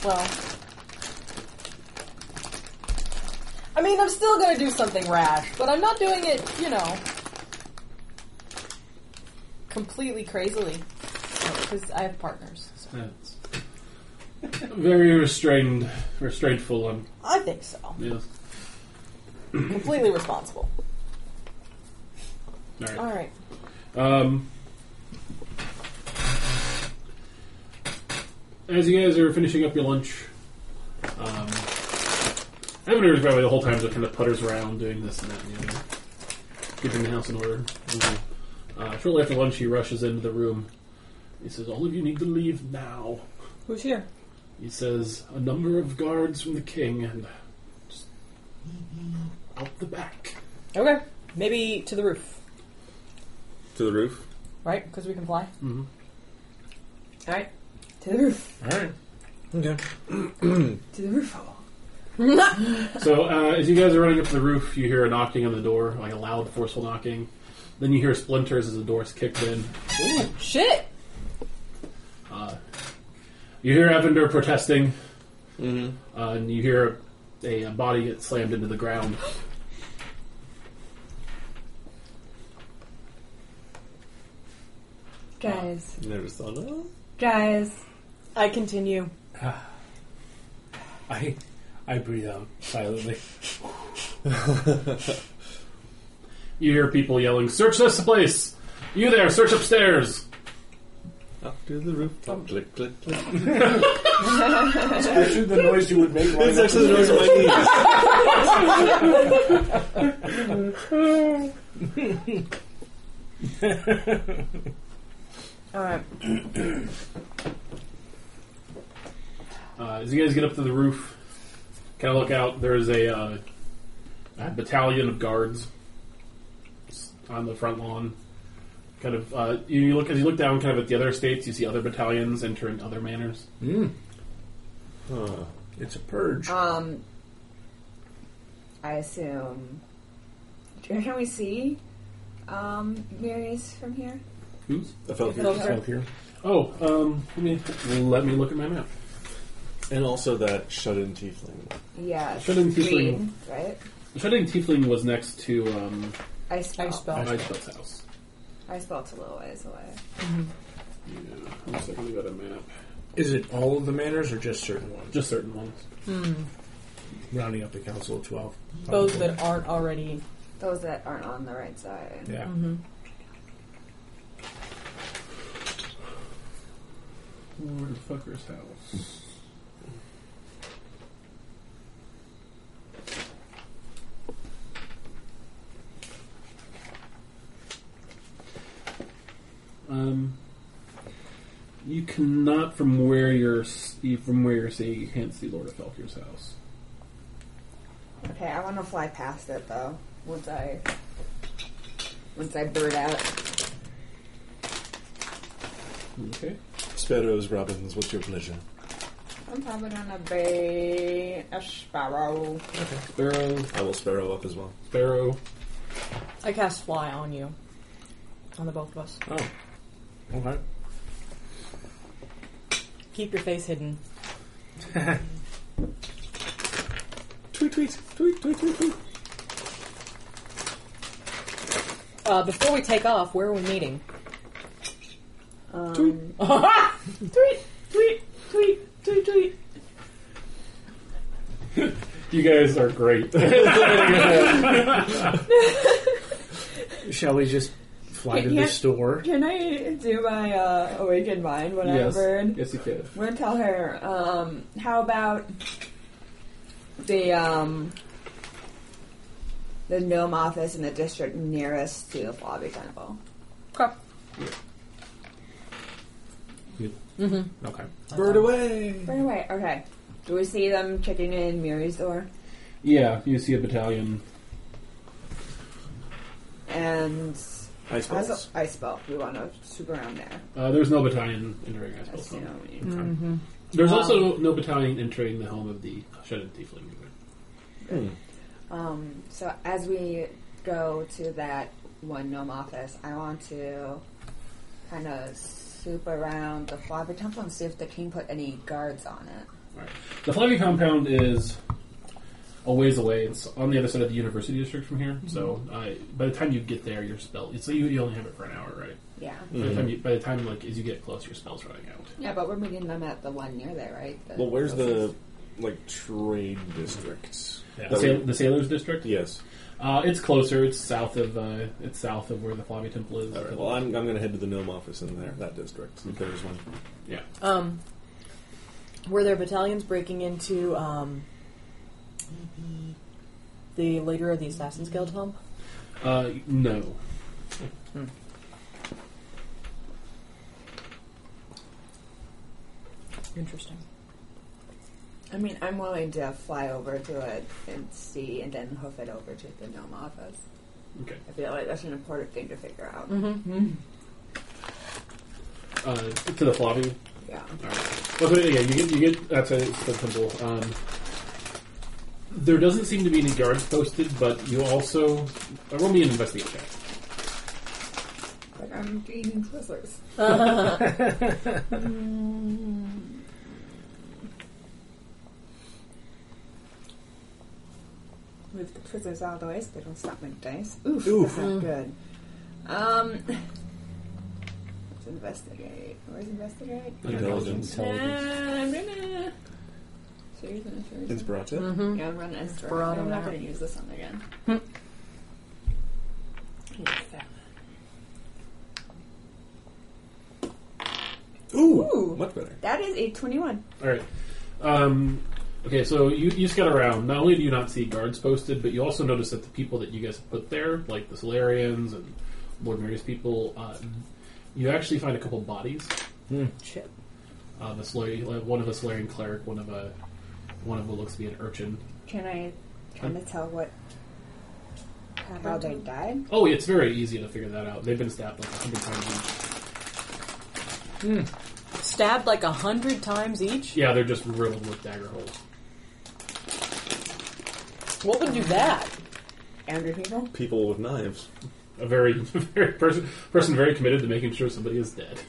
A: Well, I mean, I'm still going to do something rash, but I'm not doing it, you know, completely crazily because I have partners. so.
C: That's very restrained, restraintful one.
A: I think so.
C: Yes.
A: completely responsible.
C: All right.
A: All right.
C: Um, as you guys are finishing up your lunch, um, Evander is probably the whole time just kind of putters around doing this and that and the other, keeping the house in order. Uh, shortly after lunch, he rushes into the room. He says, All of you need to leave now.
F: Who's here?
C: He says, A number of guards from the king and just out the back.
F: Okay. Maybe to the roof,
D: To the roof.
F: right? Because we can fly.
C: Mm-hmm.
E: All right, to the roof,
B: All right.
D: Okay.
E: to the roof.
C: So uh, as you guys are running up to the roof, you hear a knocking on the door, like a loud, forceful knocking. Then you hear splinters as the door's kicked in.
A: Shit.
C: Uh, you hear Evander protesting,
D: Mm-hmm.
C: uh, and you hear a, a body get slammed into the ground.
E: Guys,
D: Never thought of.
E: guys,
A: I continue.
B: I, I breathe out silently.
C: You hear people yelling, "Search this place! You there, search upstairs!"
D: Up to the rooftop. Click, click, click.
B: It's actually the noise you would make. lying
D: It's
B: up
D: actually the
B: there.
D: noise of my knees.
A: All right.
C: Uh, as you guys get up to the roof, kind of look out. There is a, uh, a battalion of guards on the front lawn. Kind of, uh, you you look as you look down, kind of at the other estates. You see other battalions entering other manors.
B: Mm,
D: Huh.
B: it's a purge.
E: um, I assume. Can we see, um, Marius from here?
C: Who's?
D: I felt
E: It's over.
D: here.
B: Up here.
C: Oh, um, let me let me look at my map.
D: And also that shut-in tiefling.
E: Yeah,
C: Should have been
E: green, right?
C: The Shedding Tiefling was next to um,
E: I spell. Oh. I,
F: I spell.
C: Eichfeld's house.
E: spelled a little ways away.
C: Yeah, one second, we got a map.
B: Is it all of the manors or just certain ones?
C: Just certain ones.
B: Rounding up the council of twelve.
F: Those that aren't already.
E: Those that aren't on the right side.
B: Yeah.
C: Motherfucker's house. Um, you cannot from where you're s- you- from where you're seeing you can't see Lord of Felkir's house.
E: Okay, I want to fly past it though. Once I, once I bird out.
C: Okay.
D: Sparrows, robins, what's your pleasure?
E: I'm probably gonna be a sparrow.
C: Sparrow,
D: I will sparrow up as well.
C: Sparrow.
F: I cast fly on you, on the both of us.
B: Oh. Okay.
F: Keep your face hidden.
D: Tweet, tweet, tweet, tweet, tweet, tweet.
F: Uh, before we take off, where are we meeting?
E: Um,
A: Tweet, tweet, tweet, tweet, tweet.
C: You guys are great.
B: Shall we just fly to
E: Yeah.
B: the store?
E: can I do my uh, awakened mind when
C: yes.
E: I burn?
C: Yes, you can.
E: We're gonna tell her. Um, how about the um, the gnome office in the district nearest to the Flabby Temple?
B: Okay.
D: Bird away!
E: Right away. Okay. Do we see them checking in Miri's door?
C: Yeah, you see a battalion.
E: And
D: I
E: as
D: suppose.
E: I spell, we want to swoop around there.
C: Uh, there's no battalion entering Ice
E: That's
C: Bell's
E: the
C: home.
E: only-
C: There's also no battalion entering the home of the shut-in tiefling. either.
D: Hmm.
E: Um, so as we go to that one gnome office, I want to kind of swoop around the Flava Temple and see if the king put any guards on it.
C: The Flavi compound is a ways away. It's on the other side of the university district from here. So uh, by the time you get there, your spell. It's you, you only have it for an hour, right?
E: Yeah.
C: By the time you, by the time like as you get close, your spell's running out.
E: Yeah, but we're meeting them at the one near there, right? The-
D: Well, where's the, like, trade district?
C: The,
B: Yeah.
D: That
C: sail-
D: we-
C: the sailors district.
D: yes.
C: Uh, it's closer. It's south of uh, it's south of where the Flavi temple is.
D: All right, well, I'm, I'm going to head to the gnome office in there, that district. if There's one.
C: yeah.
F: Um, were there battalions breaking into um, the leader of the Assassin's Guild home?
C: Uh, no.
F: Interesting.
E: I mean, I'm willing to fly over to it and see, and then hoof it over to the gnome office.
C: Okay.
E: I feel like that's an important thing to figure out.
F: Mm-hmm.
C: Uh, to the Flavi.
E: Yeah.
C: Alright. Well, so yeah, you get you get outside the temple. Um, there doesn't seem to be any guards posted, but you also uh, roll me an investigate check.
E: Like I'm eating Twizzlers. Mm. Move the Twizzlers out of the way so they don't stop my dice. Oof, that's not good. Um, let's investigate. Where's investigate?
D: Intelligence.
E: Nah, I'm gonna. So you're gonna choose-
D: Inspirata?
E: Yeah, I'm running Inspirata.
F: Inspirata
E: I'm not
F: now.
E: gonna use this one again. Yes, that
D: Ooh,
E: Ooh.
D: Much better.
E: That is a 21.
C: All right. Um, okay, so you, you scout around. Not only do you not see guards posted, but you also notice that the people that you guys have put there, like the Solarians and Lord Mary's people, uh, you actually find a couple bodies.
F: Shit.
C: Um, a Solarian, like one of a Solarian cleric, one of a one of what looks to be an urchin.
E: Can I kind of tell what how they died?
C: Oh, it's very easy to figure that out. They've been stabbed like a hundred times each.
F: Stabbed like a hundred times each?
C: Yeah, they're just riddled with dagger holes.
F: What would do that?
E: Angry people?
D: People with knives.
C: A very, very person person very committed to making sure somebody is dead.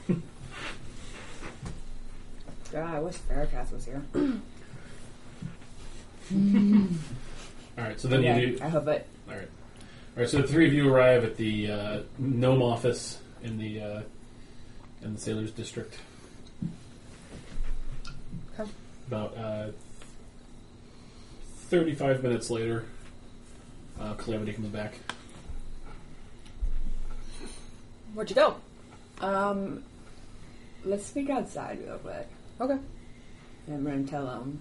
E: God, I wish Farrakhan was here.
C: All right, so then you do,
E: I hope it.
C: All right. All right. So the three of you arrive at the uh, gnome office in the uh, in the sailors district.
E: Okay.
C: About uh, thirty-five minutes later, uh, Calamity comes back.
F: Where'd you go?
E: Um, let's speak outside real quick.
F: Okay.
E: And I'm going to tell them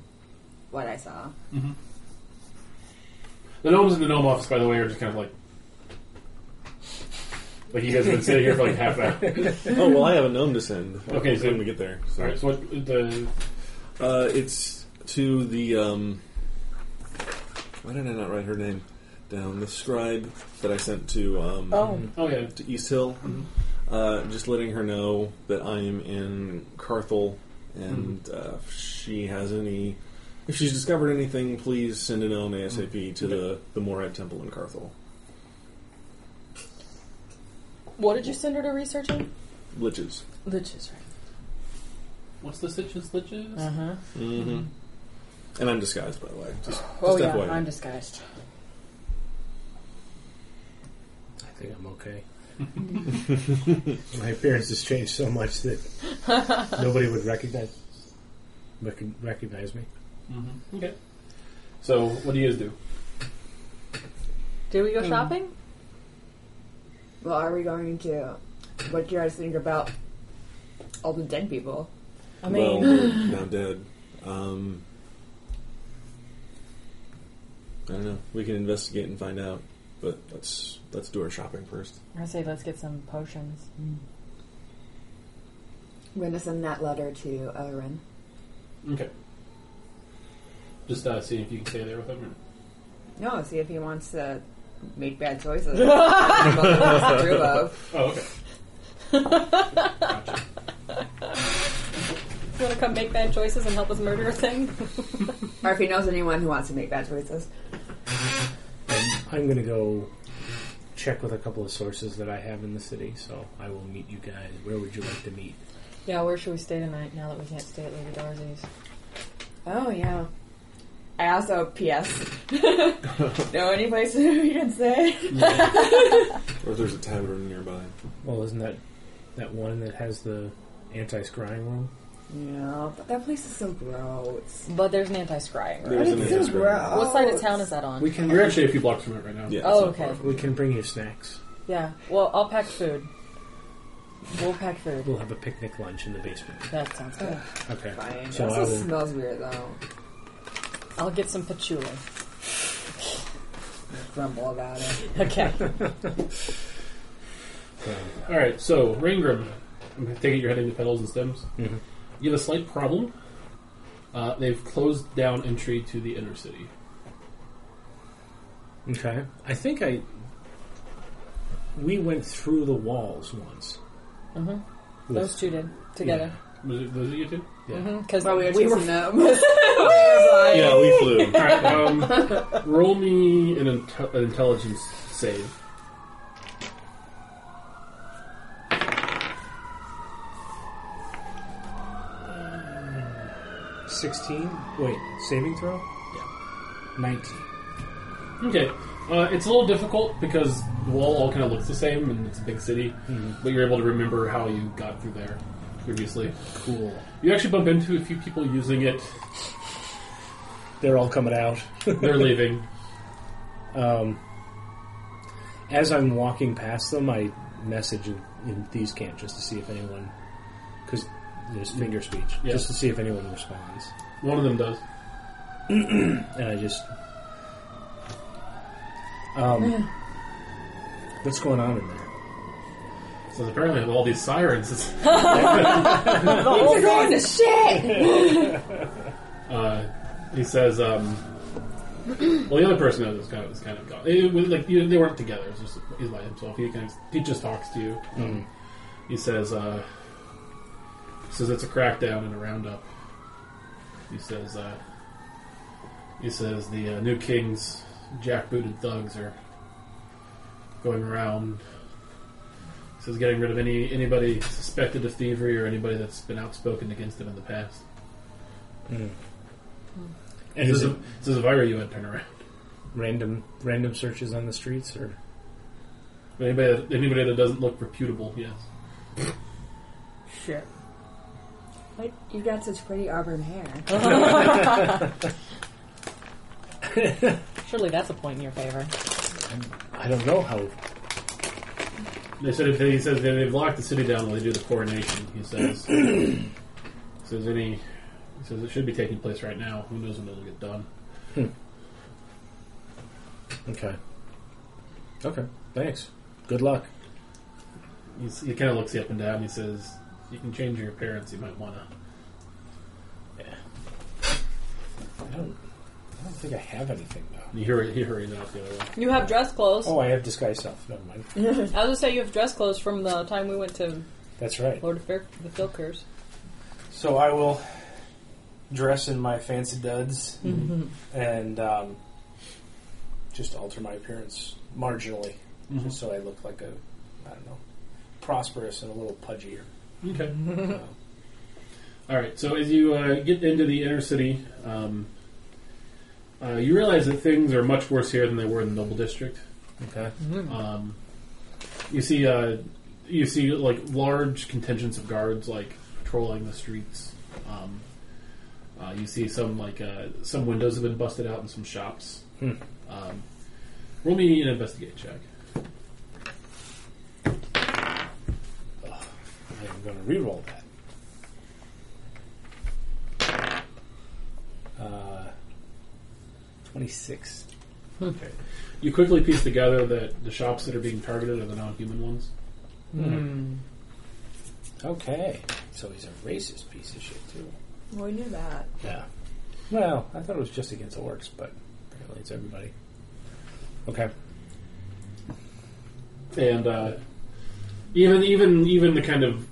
E: what I saw.
C: The gnomes in the gnome office, by the way, are just kind of like like you guys have been sitting here for like half an hour.
D: oh, well, I have a gnome descend.
C: Okay, so-
D: when we get there. So.
C: All right. So what the
D: Uh, it's to the. Um, why did I not write her name down? The scribe that I sent to um,
A: Oh,
C: oh yeah
D: to East Hill. Uh, just letting her know that I am in Carthel, and uh, if she has any. If she's discovered anything, please send a gnome ASAP to the, the Morad Temple in Carthel.
A: what did you send her to research on?
D: Liches.
F: Liches, right.
C: what's the stitches liches?
A: Uh.
F: Uh-huh.
D: Mm-hmm. And I'm disguised, by the way. Just,
F: Oh,
D: just
F: yeah,
D: FYI.
F: I'm disguised.
B: I think I'm okay.
H: My appearance has changed so much that nobody would recognize
B: Rec- recognize me.
C: Mm-hmm. Okay. So, what do you guys do?
F: Did we go shopping?
E: Well, are we going to? What do you guys think about all the dead people?
F: I mean,
D: well, they're now dead. Um, I don't know. We can investigate and find out, but let's let's do our shopping first.
F: I'm gonna say let's get some potions.
E: I'm gonna send that letter to Oren.
C: Okay. Just uh, seeing if you can stay there with him. Or...
E: No, see if he wants to make bad choices. Approve of.
C: Oh, okay.
A: You want to come make bad choices and help us murder a thing?
E: Or if he knows anyone who wants to make bad choices.
B: I'm going to go check with a couple of sources that I have in the city, so I will meet you guys. Where would you like to meet?
F: Yeah, where should we stay tonight now that we can't stay at Lady Darcy's?
E: Oh yeah. I also P.S. know any place we can stay?
D: Or if there's a tavern nearby.
B: Well, isn't that that one that has the anti-scrying room?
E: Yeah, but that place is so gross.
F: But there's an anti-scrying, right?
D: There's an
E: It's so
D: Instagram.
E: gross.
F: What side of town is that on?
B: We can
C: You're actually a few blocks from it right now.
D: Yeah.
F: oh,
D: it's not
F: okay.
D: far from-
B: we can bring you snacks.
F: Yeah. Well, I'll pack food. We'll pack food.
B: We'll have a picnic lunch in the basement.
F: That sounds good.
B: Okay.
E: Fine.
B: So
E: it
B: I
E: also
B: will.
E: smells weird though.
F: I'll get some patchouli.
E: Grumble about it.
F: Okay.
B: Um,
C: All right. So, Raingrim, I'm going to take it you're heading to Petals and Stems.
B: Mhm.
C: You have a slight problem. Uh, they've closed down entry to the inner city.
B: Okay. I think I. We went through the walls once.
F: Mhm.
B: With-
F: Those two did together.
C: Was it, those are you two?
B: Yeah.
F: Because
E: But we were
F: we
E: chasing
F: were
E: them. We was like-
D: Yeah, we flew.
C: All right. Um, roll me an, inte- an intelligence save.
B: Sixteen. Wait, saving throw.
C: Yeah.
B: Nineteen.
C: Okay. Uh, it's a little difficult because the wall all kind of looks the same and it's a big city, but you're able to remember how you got through there previously.
B: Cool.
C: You actually bump into a few people using it.
B: They're all coming out.
C: They're leaving.
B: Um, as I'm walking past them, I message in, in these camp just to see if anyone, because there's finger speech,
C: Yeah.
B: just to see if anyone responds.
C: One of them does.
B: And I just, um, what's going on in there?
C: So apparently, with all these sirens, it's,
A: Oh,
E: We're going to shit!
C: uh, he says, um, "Well, the other person knows it's kind of it's kind of gone. It was like you they weren't together. It's just he's by himself. He kind of, he just talks to you.
B: Hmm.
C: Um, He says, uh, he says it's a crackdown and a roundup. He says, uh, he says the uh, new king's jackbooted thugs are going around. He says getting rid of any anybody suspected of thievery or anybody that's been outspoken against them in the past.
B: And
C: this is,
B: Hmm. is it
C: this is Elvira you had turn around.
B: random random searches on the streets or?
C: Anybody that, anybody that doesn't look reputable, yes.
F: shit.
E: Like, you got such pretty auburn hair.
F: Surely that's a point in your favor.
B: I don't know how.
C: They said if they, he says they, they've locked the city down while they do the coronation. He says, he says any, he says it should be taking place right now. Who knows when it'll get done?
B: Okay. Okay. Thanks. Good luck.
C: He, s- he kind of looks you up and down. He says, "You can change your appearance. You might wanna."
B: I don't. I don't think I have anything now.
C: And he, hurry, he hurries out the other way.
A: you have dress clothes.
B: Oh, I have disguise self. Never mind.
A: I was gonna say you have dress clothes from the time we went to
B: That's right.
A: Lord of Fir- the Filkers.
H: So I will dress in my fancy duds and um, just alter my appearance marginally,
C: Mm-hmm.
H: just so I look like a, I don't know, prosperous and a little pudgier.
C: Okay. All right. So as you uh, get into the inner city, um,
F: Mm-hmm.
C: uh, you realize that things are much worse here than they were in the Noble District.
B: Okay.
C: Um, You see, uh, you see, like large contingents of guards like patrolling the streets. Um, uh, you see some like uh, some windows have been busted out in some shops. Um, roll me an investigate check.
B: I'm going to re-roll that. Uh, 26.
C: Okay. You quickly piece together that the shops that are being targeted are the non-human ones.
B: Okay. So he's a racist piece of shit, too.
F: Well, we knew that.
B: Yeah. Well, I thought it was just against orcs, but apparently it's everybody. Okay.
C: and uh, even even even the kind of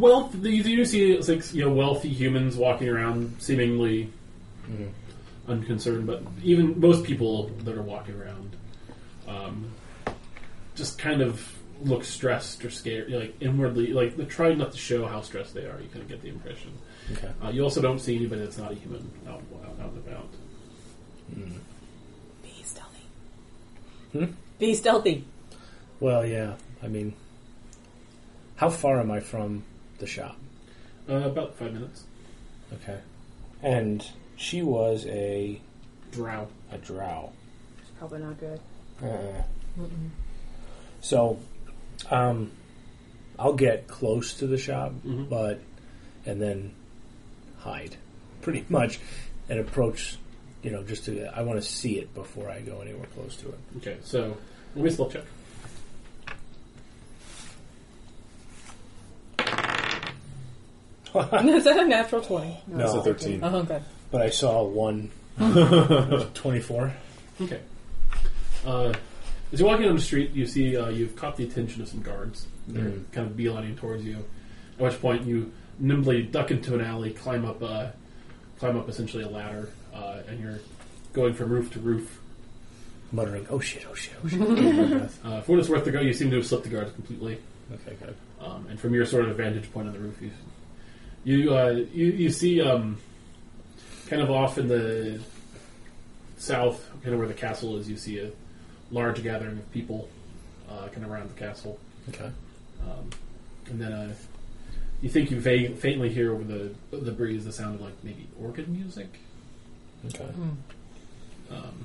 C: wealth you do see it's like you know wealthy humans walking around seemingly unconcerned, but even most people that are walking around um, just kind of look stressed or scared, like inwardly, like they're trying not to show how stressed they are. You kind of get the impression.
B: Okay.
C: Uh, you also don't see anybody that's not a human out, out, out and about.
B: Mm.
F: Be stealthy.
B: Hmm?
F: Be stealthy.
B: Well, yeah. I mean, how far am I from the shop?
C: Uh, about five minutes.
B: Okay. And she was a
C: Drow.
B: a drow.
E: It's probably not good.
B: Uh, so, um, I'll get close to the shop,
F: Mm-hmm.
C: Mhm.
B: but and then hide, pretty much, and approach. You know, just to I want to see it before I go anywhere close to it.
C: Okay, so let me still check.
F: Is that a natural 20?
D: That's a
B: No.
D: 13.
F: Oh, okay.
B: But I saw one twenty-four.
C: Okay. Uh, as you're walking down the street, you see uh, you've caught the attention of some guards. They're
B: Mm.
C: kind of beelining towards you. At which point, you nimbly duck into an alley, climb up, uh, climb up essentially a ladder, uh, and you're going from roof to roof.
B: muttering, "Oh shit! Oh shit! Oh shit!" under my breath.
C: Uh, for what it's worth, to go, you seem to have slipped the guards completely.
B: Okay, good.
C: Um, and from your sort of vantage point on the roof, you you uh, you, you see um, kind of off in the south, kind of where the castle is. You see a large gathering of people, uh, kind of around the castle,
B: Okay.
C: um, and then uh, you think you va- faintly hear over the the breeze the sound of like maybe organ music
B: Okay.
C: um,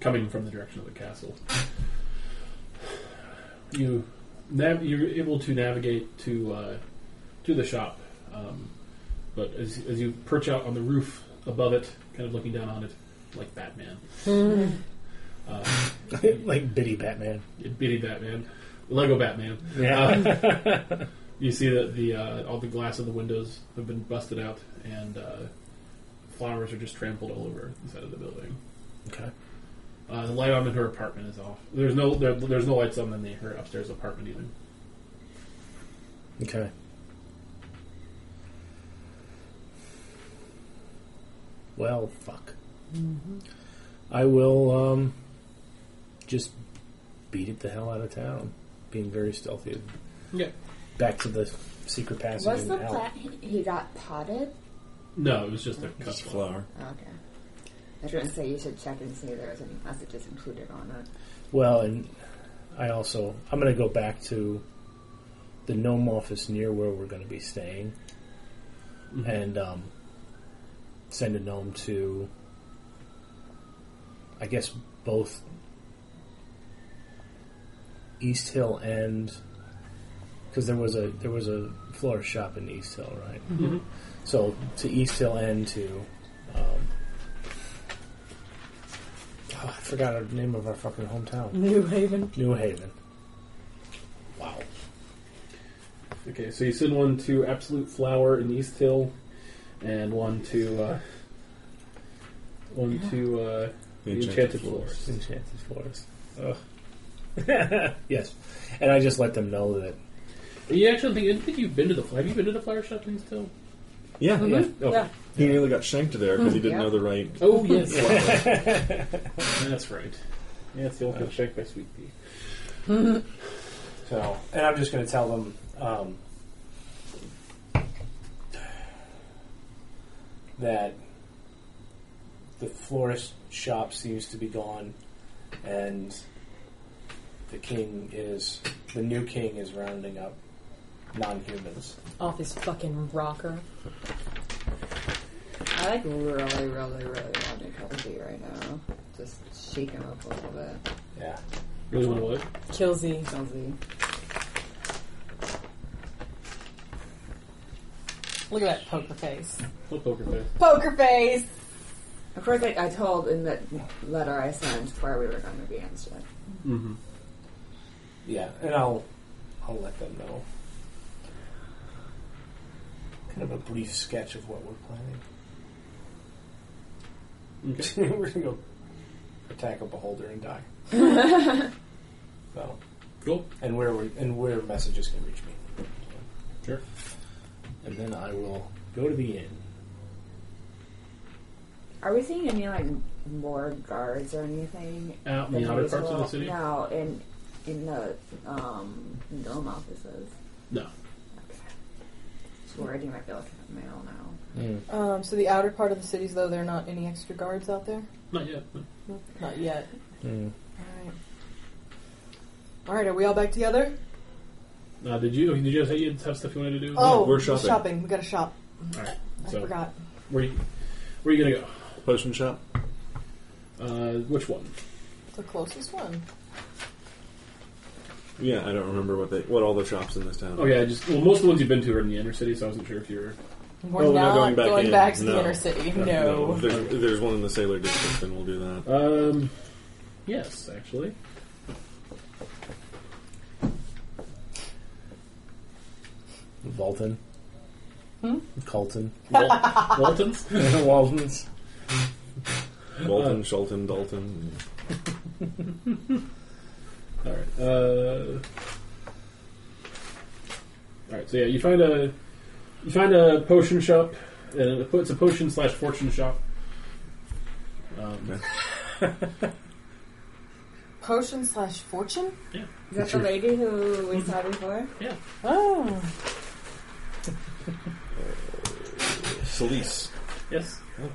C: coming from the direction of the castle. You nav- you're able to navigate to uh, to the shop, um, but as, as you perch out on the roof above it, kind of looking down on it, like Batman,
F: Mm-hmm.
C: uh,
B: like Biddy Batman.
C: bitty Batman, Lego Batman.
B: Yeah.
C: You see that the uh, all the glass of the windows have been busted out, and uh, flowers are just trampled all over the side of the building.
B: okay.
C: Uh, the light on in her apartment is off. There's no there, there's no lights on in the, her upstairs apartment either.
B: Okay. Well, fuck. I will um, just beat it the hell out of town, being very stealthy.
C: Yeah.
B: Back to the secret passage
E: Was
B: and
E: the
B: out.
E: plant he, he got potted? Oh,
C: No, it was just a cup.
D: Just flower.
E: Okay. I was going to say you should check and see if there was any messages included on it.
B: Well, and I also I'm going to go back to the gnome office near where we're going to be staying,
C: Mhm.
B: and um, send a gnome to. I guess both East Hill and because there was a there was a florist shop in East Hill, right?
C: Mhm.
B: So to East Hill and to. Um, oh, I forgot the name of our fucking hometown.
F: New Haven.
B: New Haven. Wow.
C: Okay, so you send one to Absolute Flower in East Hill, and one to uh, one to uh, the Enchanted Forest.
B: Enchanted Forest. Ugh. yes. And I just let them know that.
C: You actually think, I don't think you've been to the have you been to the flower shop in East Hill?
D: Yeah, yeah.
C: Okay.
F: Yeah.
D: He nearly got shanked there because he didn't
E: Yeah.
D: know the right.
C: Oh yes, that's right. Yeah, it's the
B: Uh,
C: old check by Sweet Pea.
H: So, and I'm just going to tell them. Um, that the florist shop seems to be gone, and the king is the new king is rounding up non-humans.
F: off his fucking rocker.
E: I like really, really, really want to cover B right now. Just shake him up a little bit.
H: Yeah.
C: Really want to what?
F: Kills the
E: Chelsea.
A: Look at that poker face.
C: What poker face?
A: Poker face.
E: Of course, like I told in the letter I sent where we were going to be and shit.
C: Mm-hmm.
H: Yeah, and I'll I'll let them know. Kind of a brief sketch of what we're planning. we're gonna go attack a beholder and die. so,
C: Cool.
H: and where we and where messages can reach me.
C: Sure.
H: And then I will go to the inn.
E: Are we seeing any like more guards or anything?
C: Out in the outer parts of the city?
E: No, in in the um dome offices.
C: No.
E: So already might be looking at mail now.
A: Um, so the outer part of the cities, though, there are not any extra guards out there.
C: Not yet. No.
A: Not yet. All right. All right. Are we all back together?
C: Uh, did you? Did you say you have stuff you wanted to do?
A: oh,
D: we're shopping.
A: We got to shop.
C: All right.
A: I
C: So
A: forgot.
C: where you, where you gonna
D: Potion shop.
C: go? Uh, which one?
A: The closest one.
D: Yeah, I don't remember what they what all the shops in this town.
C: Oh yeah, just well, most of the ones you've been to are in the inner city, so I wasn't sure if you're.
A: We're
D: Oh, we're
A: not
D: not going back in.
A: to
D: No.
A: the inner city. No.
D: No, there's, there's one in the Sailor District, and we'll do that.
C: Um, yes, actually.
H: Walton. Colton.
C: Wal- Walton's.
H: Walton's.
D: Walton, Shelton, Dalton.
C: All right. Uh, all right. So yeah, you find a you find a potion shop. Uh, it's a potion slash fortune shop. Um,
A: Potion slash fortune.
E: Is that the lady who we saw before?
A: Oh.
D: Salice.
C: yes.
D: Oh,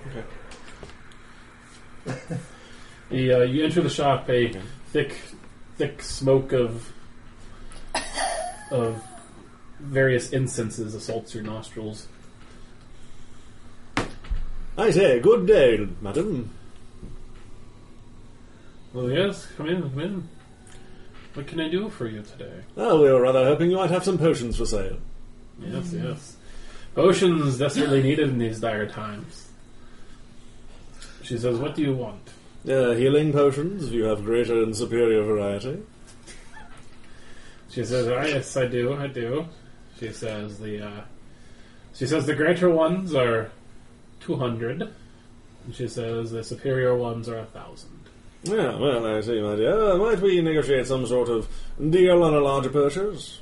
D: okay.
C: The, uh, you enter the shop. A thick, thick smoke of of various incenses assaults your nostrils.
D: I say, good day, madam.
C: Well, yes. Come in. Come in. What can I do for you today?
D: Oh, we were rather hoping you might have some potions for sale.
C: Yes, yes. Potions desperately needed in these dire times. She says, What do you want?
D: Uh, healing potions, you have greater and superior variety.
C: She says, ah, Yes, I do, I do. She says, The uh, she says the greater ones are 200. And she says the superior ones are 1,000.
D: Yeah, well, I see, my dear. Uh, might we negotiate some sort of deal on a larger purchase?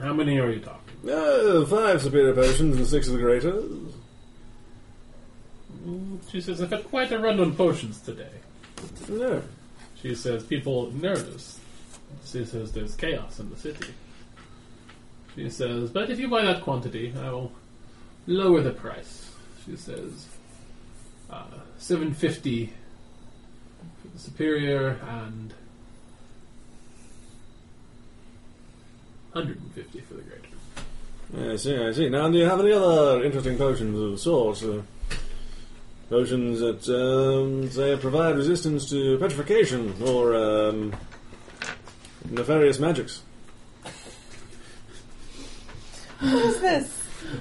C: How many are you talking?
D: Uh, five superior potions and six of the greater.
C: Mm, She says, I've had quite a run on potions today.
D: No.
C: She says, People nervous. She says, There's chaos in the city. She says, But if you buy that quantity, I will lower the price. She says, uh, 750 for the superior and 150 for the greater.
D: I see, I see. Now, do you have any other interesting potions of sorts? Uh, potions that, um, say, provide resistance to petrification or um, nefarious magics?
A: What is this?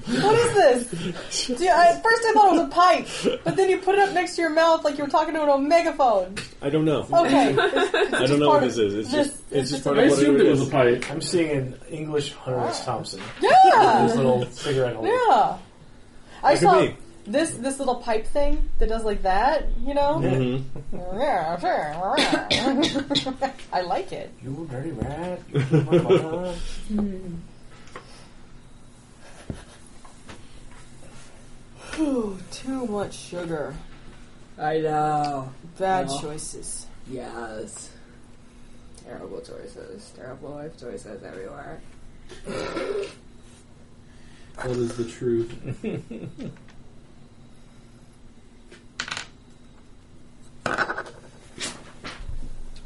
A: What is this? Do you, I, at first I thought it was a pipe, but then you put it up next to your mouth like you were talking to an old megaphone.
D: I don't know.
A: Okay.
D: I don't know what this is. It's
A: this-
D: just, it's just part
C: I
D: of what
C: assumed it was
D: is.
C: a pipe.
H: I'm seeing an English Hunter Thompson.
A: Yeah.
H: His little cigarette holder.
A: Yeah. I
D: It could
A: saw
D: be.
A: this this little pipe thing that does like that, you know?
D: Mhm.
A: Yeah, sure. I like it.
H: You dirty rat. You killed my mother.
A: Ooh, too much sugar.
E: I know.
A: Bad
E: No.
A: choices.
E: Yes. Terrible choices. Terrible life choices everywhere.
C: What is the truth?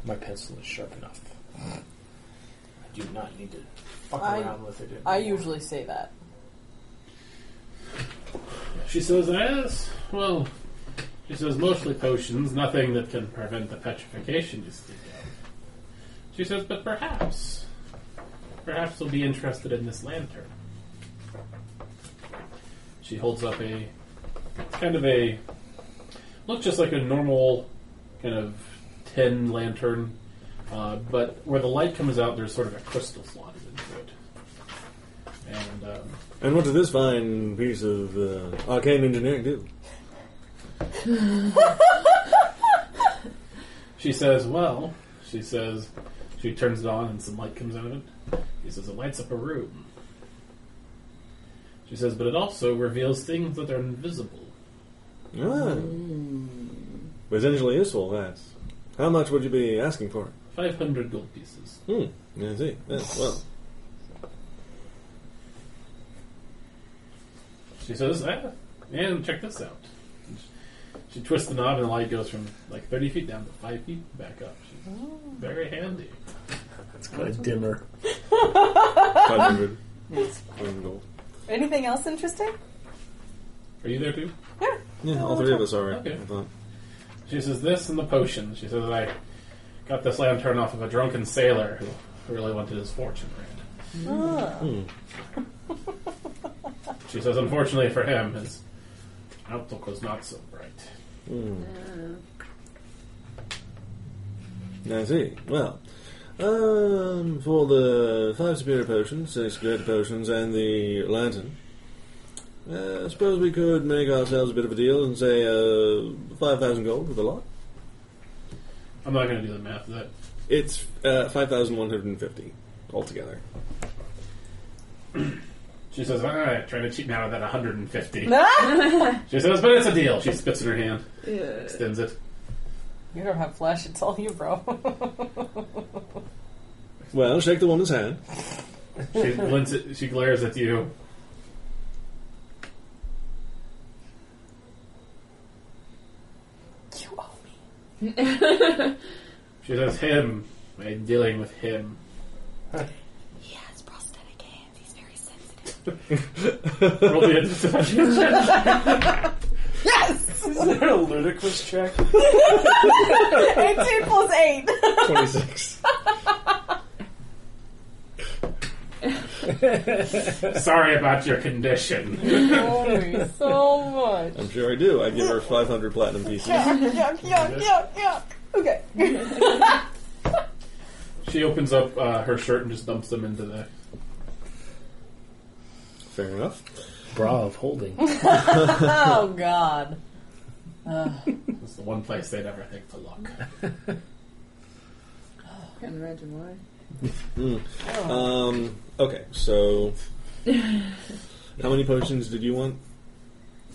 H: My pencil is sharp enough. I do not need to fuck
A: I-
H: around with it.
A: I
H: anymore.
A: usually say that.
C: She says it as well. She says mostly potions, nothing that can prevent the petrification you speak of. She says, but perhaps, perhaps they'll be interested in this lantern. She holds up a it's kind of a looks just like a normal kind of tin lantern, uh, but where the light comes out, there's sort of a crystal slotted into it, and. Um,
D: And what did this fine piece of uh, arcane engineering do?
C: She says, Well, she says, she turns it on and some light comes out of it. She says, It lights up a room. She says, But it also reveals things that are invisible.
D: Ah.
A: Mm-hmm.
E: Hmm.
D: Potentially useful, that's. How much would you be asking for?
C: 500 gold pieces.
D: Hmm, I see. Yes, well,
C: She says, ah, And check this out. And she- She twists the knob and the light goes from like 30 feet down to 5 feet back up. She's very handy.
B: It's got a dimmer.
D: 500. One gold.
A: Anything else interesting?
C: Are you there too?
D: Yeah, all three of us are.
C: Okay.
D: I thought.
C: She says this and the potion. She says I got this lantern off of a drunken sailor who really wanted his fortune read. she says, unfortunately for him, his outlook was not so bright.
D: Mm. I see. Well, um, for the five superior potions, six greater potions, and the lantern, uh, I suppose we could make ourselves a bit of a deal and say uh, 5,000 gold for the lot.
C: I'm not going to do the math of that.
D: It's uh, 5,150 altogether.
C: She says, all right, trying to cheat me out of that 150. she says, but it's a deal. She spits in her hand, extends it.
A: You don't have flesh, it's all you, bro.
D: Well, shake the woman's hand.
C: She glints it. She glares at you.
A: you owe me.
C: She says, him. I'm dealing with him.
E: He has prosthetic hands. He's very sensitive.
C: Roll the deception check.
A: Yes!
H: Is there a ludicrous check?
A: 18 plus 8.
D: 26.
C: Sorry about your condition.
A: you owe me so much.
D: I'm sure I do. I give her 500 platinum pieces.
A: Yuck, yuck, yuck, yuck, yuck. Okay.
C: She opens up uh, her shirt and just dumps them into the.
D: Fair enough.
B: Bra of holding.
A: Oh, God.
C: It's the one place they'd ever think to look.
E: Can't imagine why.
D: Hmm. Um, okay, so. How many potions did you want?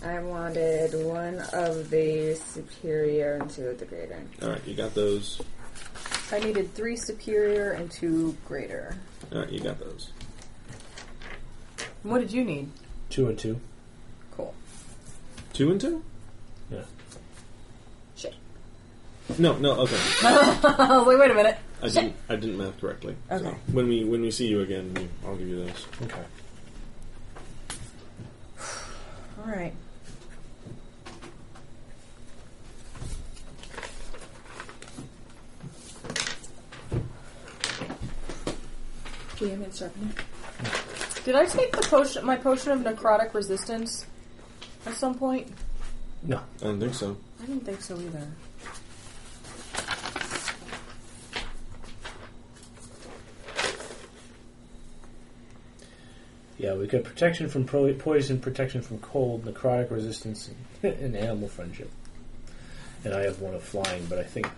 E: I wanted one of the superior and two of the greater.
D: Alright, you got those.
A: I needed three superior and two greater.
D: Alright, you got those.
F: What did you need?
B: Two and two.
A: Cool.
D: Two and two?
B: Yeah.
A: Shit.
D: No, no, okay.
E: Oh,
A: I was like, wait a minute.
D: I didn't I didn't math correctly. So,
A: Okay.
D: when we when we see you again, we- I'll give you those.
B: Okay.
A: All right.
E: PM and sharpener.
A: Did I take the potion, my potion of necrotic resistance at some point?
B: No.
D: I don't think so.
A: I didn't think so either.
B: Yeah, we got protection from pro- poison, protection from cold, necrotic resistance, and animal friendship. And I have one of flying, but I think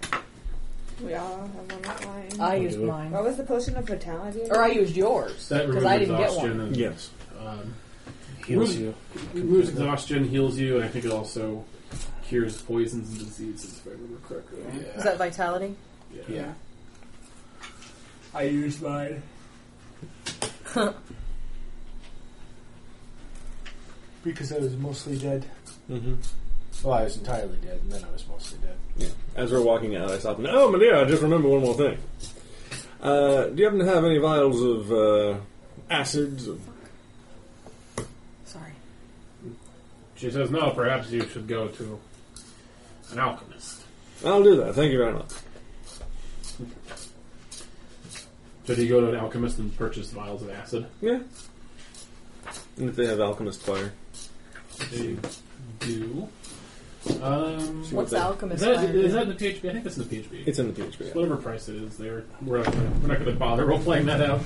G: We all have one outline.
F: I
B: Oh,
F: used
B: you-
F: mine.
E: What was the potion of vitality?
A: Or I used yours
C: That
A: because
C: removes
A: I didn't get
C: exhaustion
A: one.
C: and
D: Yes.
C: um,
B: heals
C: Really?
B: you.
C: removes exhaustion, heals you, and I think it also cures poisons and diseases. If I remember correctly.
A: Is that vitality?
C: Yeah.
H: Yeah. I used mine. because I was mostly dead.
D: Mm-hmm.
H: Well, I was entirely dead, and then I was mostly dead.
D: As we're walking out, I stop and oh my dear, I just remember one more thing. Uh, do you happen to have any vials of uh, acids?
A: Sorry.
C: She says, no, perhaps you should go to an alchemist.
D: I'll do that. Thank you very much.
C: So do you go to an alchemist and purchase vials of acid?
D: Yeah. And if they have alchemist fire.
C: They do. Um,
D: See what
I: What's
D: they-
C: is
I: alchemist?
C: that
I: fire?
C: is that in the PHP? I think that's in the PHP.
D: It's in the PHP.
C: It's
D: yeah.
C: whatever price it is. There, we're not gonna, we're not going to bother. We're playing that out.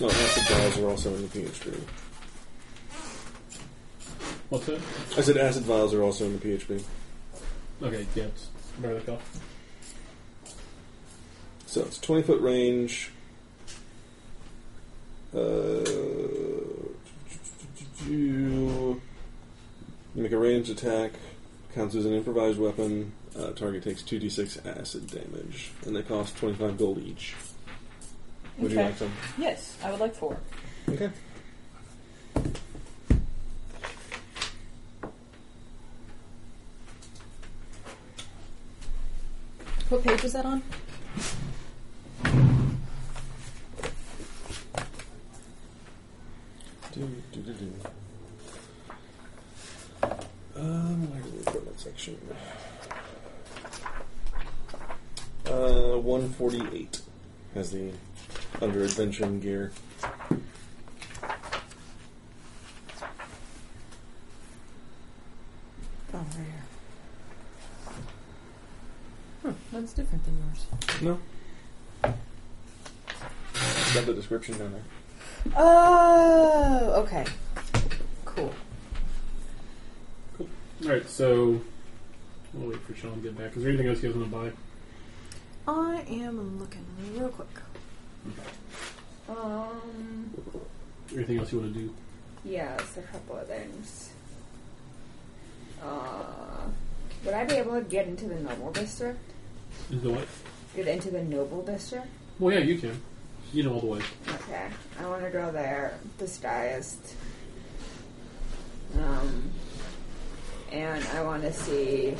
D: Oh, acid vials are also in the PHP.
C: What's that?
D: I said acid vials are also in the PHP.
C: Okay, yeah, it's whatever they call.
D: So it's 20 foot range. Uh, you make a ranged attack, counts as an improvised weapon. Uh, target takes 2d6 acid damage, and they cost 25 gold each. Would you
I: Okay.
D: like some?
I: Yes, I would like four.
D: Okay.
I: What page is that on?
D: Do, do, do, do. Um, where's the equipment section? Uh, 148 has the under adventure and gear.
A: Oh, right here. Hmm, that's different than yours.
D: No. Got the description down there.
A: Oh, okay. Cool.
C: All right, so we'll wait for Sean to get back. Is there anything else you guys want to buy?
A: I am looking real quick.
E: Um,
C: Anything else you want to do?
E: yeah, it's a couple of things. Uh, would I be able to get into the noble district?
C: Is the what?
E: Get into the noble district?
C: Well, yeah, you can. You know all the ways.
E: Okay, I want to go there disguised. Um, and I want to see,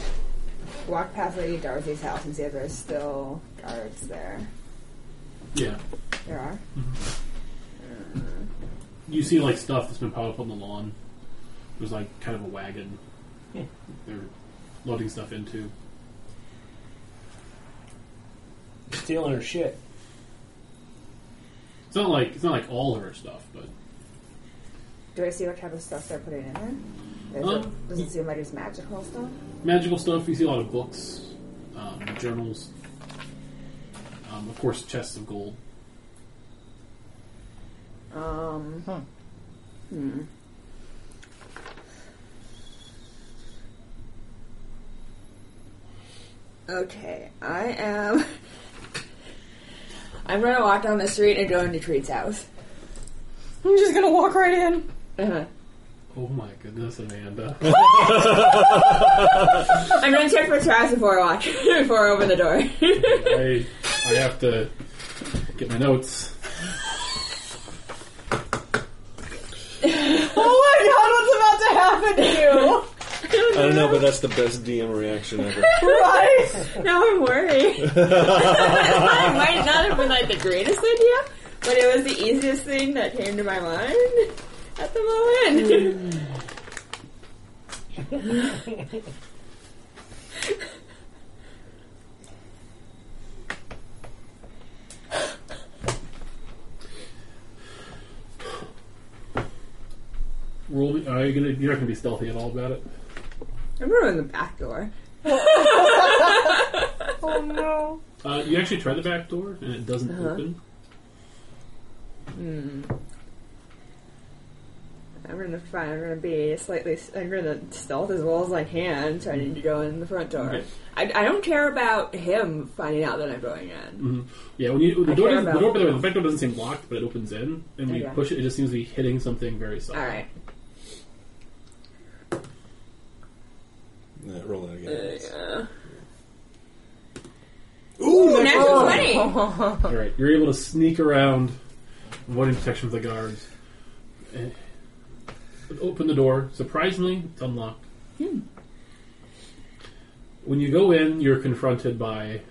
E: walk past Lady Darcy's house and see if there's still guards there.
C: Yeah,
E: There are.
C: you see like stuff that's been piled up on the lawn. There's like kind of a wagon Hmm. they're loading stuff into.
B: Stealing her shit.
C: It's not like it's not like all of her stuff, but
E: Do I see what type of stuff they're putting in there? Does,
C: Um,
E: it, does it seem like it's magical stuff?
C: magical stuff. You see a lot of books, um, journals, um, of course, chests of gold.
E: Um,
A: Huh.
E: hmm. Okay, I am. I'm gonna walk down the street and go into Treat's house.
I: I'm just gonna walk right in.
E: Uh-huh.
C: Oh my goodness, Amanda!
E: I'm gonna check for trash before I walk, before I open the door.
C: I I have to get my notes.
I: Oh my god, what's about to happen
D: I don't know, but that's the best DM reaction ever.
I: to you? right?
E: now I'm worried. that might not have been like the greatest idea, but it was the easiest thing that came to my mind at the moment.
C: Roll. me- Are you gonna? You're not gonna be stealthy at all about it.
E: I'm going in the back door.
I: Oh no.
C: Uh, you actually try the back door and it doesn't
E: Uh-huh.
C: open.
E: Hmm. I
G: I'm gonna find. I'm gonna be slightly. I'm gonna stealth as well as I can, trying to go in the front door.
C: Okay.
G: I, I don't care about him finding out that I'm going in.
C: Mm-hmm. Yeah, when you the
G: I
C: door,
G: care
C: doesn't, the
G: about-
C: door, by the way, the back door doesn't seem locked, but it opens in, and when you
G: Okay.
C: push it, it just seems to be hitting something very soft.
G: All right.
D: Yeah, roll it again.
G: Uh,
D: Ooh,
G: yeah. Natural
D: natural 20.
G: twenty.
C: All right, you're able to sneak around, avoiding detection from the guards. Eh, Open the door. Surprisingly, it's unlocked. When you go in, you're confronted by. It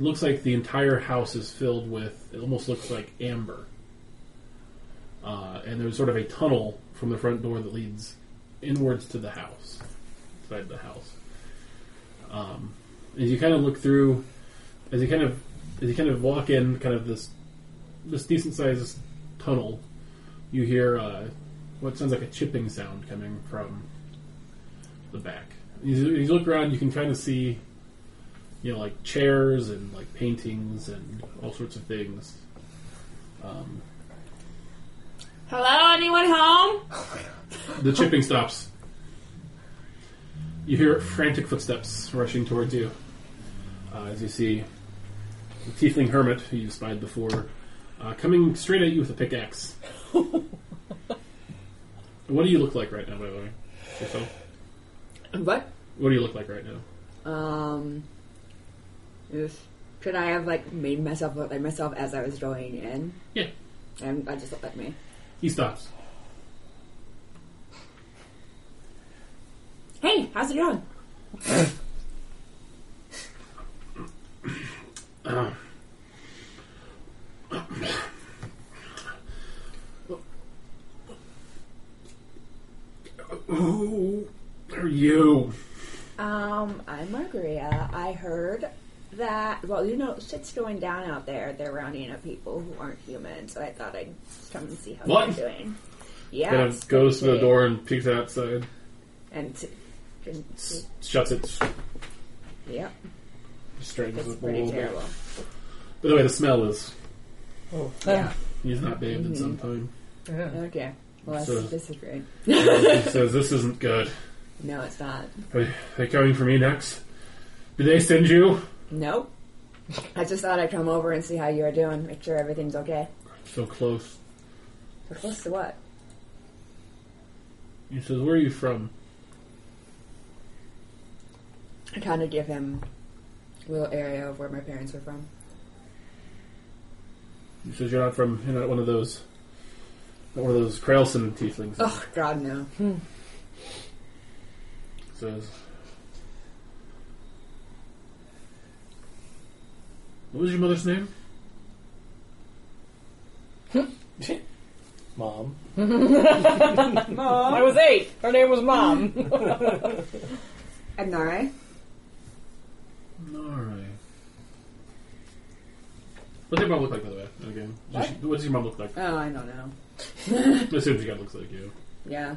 C: looks like the entire house is filled with. It almost looks like amber. Uh, and there's sort of a tunnel from the front door that leads inwards to the house, inside the house. Um, as you kind of look through, as you kind of as you kind of walk in kind of this this decent sized tunnel you hear uh, what sounds like a chipping sound coming from the back as you, as you look around you can kind of see you know like chairs and like paintings and all sorts of things um,
G: Hello, anyone home?
C: the chipping stops you hear frantic footsteps rushing towards you uh, as you see the tiefling hermit who you spied before uh, coming straight at you with a pickaxe. what do you look like right now, by the way? Yourself?
G: What?
C: What do you look like right now?
G: Um. If, could I have like made myself look like myself as I was going in?
C: Yeah.
G: And I just looked like me.
C: He stops.
G: Hey, how's it going?
C: Who are you?
E: Um, I'm Margaria. I heard that, well, you know, shit's going down out there. They're rounding up people who aren't human, so I thought I'd just come and see how
C: What?
E: they're doing. Yeah.
C: Kind
E: it's
C: of goes to the
E: big.
C: door and peeks outside,
E: And, t- and t-
C: s- shuts it,
E: yeah,
C: Mm-hmm.
B: straightens
E: it's
B: up a little
E: pretty
B: bit.
E: terrible.
C: By the way, the smell is.
E: Yeah.
C: He's not bathed in some time.
E: Okay. Well, I
C: So-
E: disagree.
C: he says, This isn't good.
E: No, it's not.
C: Are they coming for me next? Did they send you?
E: Nope. I just thought I'd come over and see how you were doing, make sure everything's okay.
C: So close.
E: We're close to what?
C: He says, Where are you from?
E: I kind of give him a little area of where my parents were from.
C: He says you're not from you're not one of those not one of those Krailson tieflings.
E: Oh, God, no.
C: He Says What was your mother's name?
H: Mom.
A: I was eight. Her name was Mom.
E: Amnare?
C: Alright. What's your mom look like by the way? Again. Does she- what does your mom look like?
E: Oh, I don't know.
C: I assume she kind of looks like you.
E: Yeah.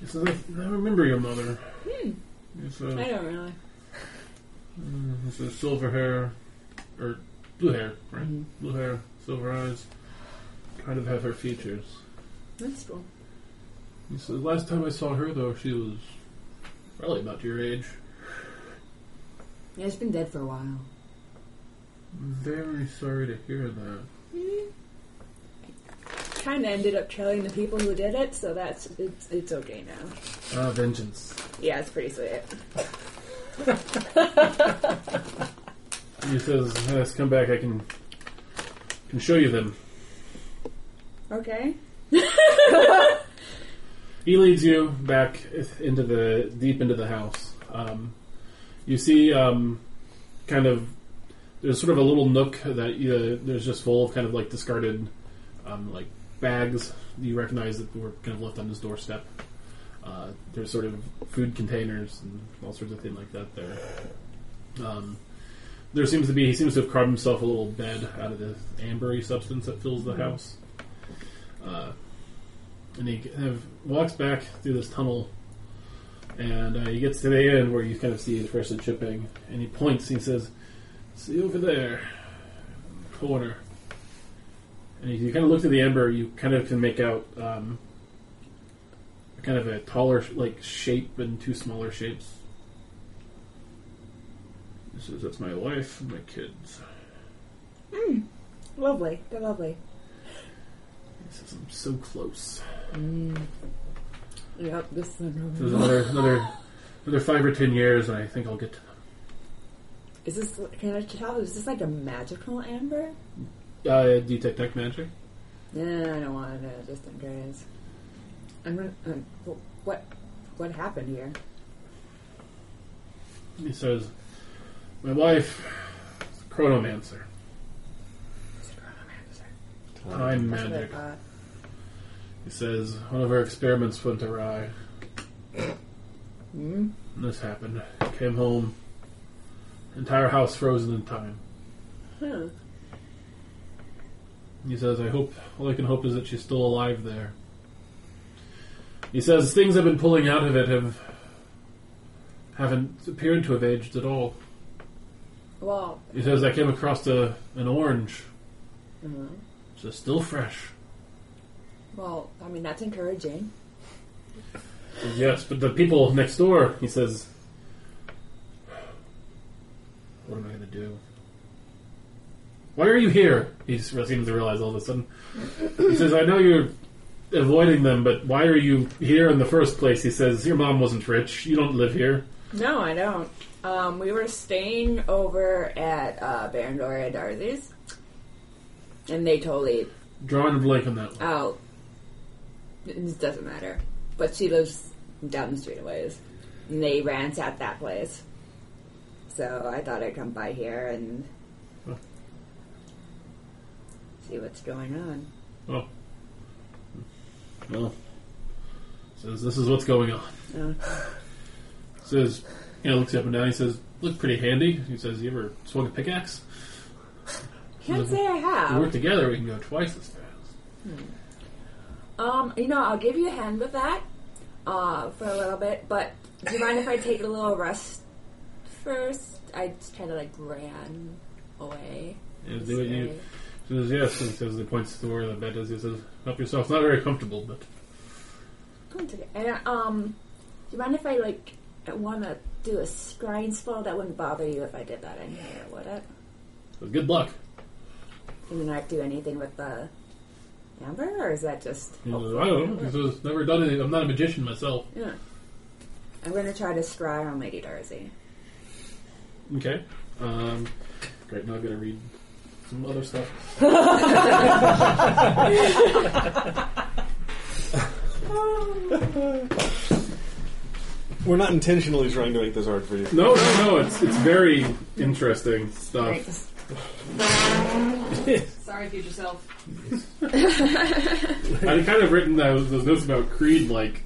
C: He says, I, I remember your mother. He says,
G: I don't really.
C: He says Mm-hmm. silver hair, or blue hair, right? Blue hair, silver eyes. Kind of have her features.
E: That's cool.
C: He says, last time I saw her, though, she was probably about your age.
E: Yeah, it's been dead for a while.
C: I'm very sorry to hear that.
E: Kind of ended up trailing the people who did it, so that's it's it's okay now.
C: Ah, vengeance.
E: Yeah, it's pretty sweet.
C: He says, yes, come back, I can can show you them.
E: Okay.
C: He leads you back into the deep into the house. Um, you see, um, kind of, there's sort of a little nook that uh, there's just full of kind of like discarded, um, like bags. You recognize that were kind of left on his doorstep. Uh, there's sort of food containers and all sorts of things like that there. Um, there seems to be he seems to have carved himself a little bed out of this ambery substance that fills the house. Uh, and he kind of walks back through this tunnel, and uh, he gets to the end where you kind of see the person chipping, and he points and he says, "See over there, in the corner." And if you kind of look through the ember, you kind of can make out um, kind of a taller like shape and two smaller shapes. He says, "That's my wife, and my kids."
J: Lovely. They're lovely.
C: He says, "I'm so close."
K: Yep, this is
C: He says, another another another five or ten years, and I think I'll get to them.
J: Is this? Can I tell? Is this like a magical amber?
C: Uh, detect tech magic.
J: Nah, I don't want to. Just in case. I'm gonna. Um, wh- what? What happened here?
C: He says, "My wife, is a chronomancer, time
J: That's what I
C: magic."
J: thought.
C: He says one of her experiments went awry.
J: Hmm?
C: And This happened. Came home. Entire house frozen in time. He says, "I hope all I can hope is that she's still alive there." He says things I've been pulling out of it have haven't appeared to have aged at all.
J: Well,
C: He says I came across a, an orange.
J: Mhm.
C: So still fresh.
J: well. I mean, that's encouraging.
C: Yes, but the people next door, he says, What am I going to do? Why are you here? He s- seems to realize all of a sudden. He says, I know you're avoiding them, but why are you here in the first place? He says, Your mom wasn't rich. You don't live here.
E: No, I don't. Um, we were staying over at uh, Barandora Darcy's, and they totally
C: Drawing a blank on that one.
E: out. It doesn't matter. But she lives down the street a ways, and they ransacked that place. So I thought I'd come by here and
C: Huh.
E: see what's going on.
C: Oh. Well. Says, This is what's going on.
E: Oh.
C: Says, you know, looks you up and down. He says, Look pretty handy. He says, You ever swung a pickaxe?
E: Can't say I
C: We work
E: have.
C: together, we can go twice as fast.
E: Um, you know, I'll give you a hand with that uh, for a little bit, but do you mind if I take a little rest first? I just kind of like ran away.
C: And do what you he says yes, and he says he points to where the bed is. He says, "Help yourself." It's not very comfortable, but
E: Come to the- And, um, do you mind if I like want to do a scrying spell? That wouldn't bother you if I did that in here, would it?
C: but good luck.
E: Can you not do anything with the amber, or is that just?
C: He says, I don't know. He says, "Never done it. I'm not a magician myself."
E: Yeah. I'm gonna try to scry on Lady Darcy.
C: Okay. Um, great. Now I'm gonna read some other stuff.
D: We're not intentionally trying to make this hard for you.
C: No, no, no. It's it's very interesting stuff.
K: Thanks.
A: Sorry, future self.
C: I'd kind of written those, those notes about Creed like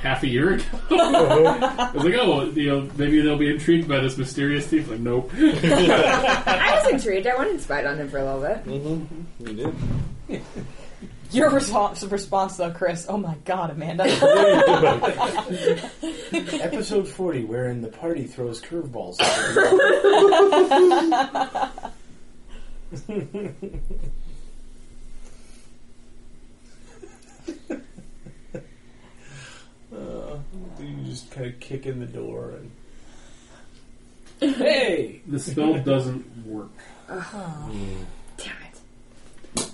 C: half a year ago. I was like, oh, you know, maybe they'll be intrigued by this mysterious thief. Like, nope.
E: I was intrigued. I wanted to spy on him for a little bit.
D: Mm-hmm. You did.
A: Your response, response though, Chris. Oh my God, Amanda.
B: Episode 40, wherein the party throws curveballs.
D: Uh,
B: you just kind of kick in the door and. Hey!
C: The spell doesn't work.
E: Damn it.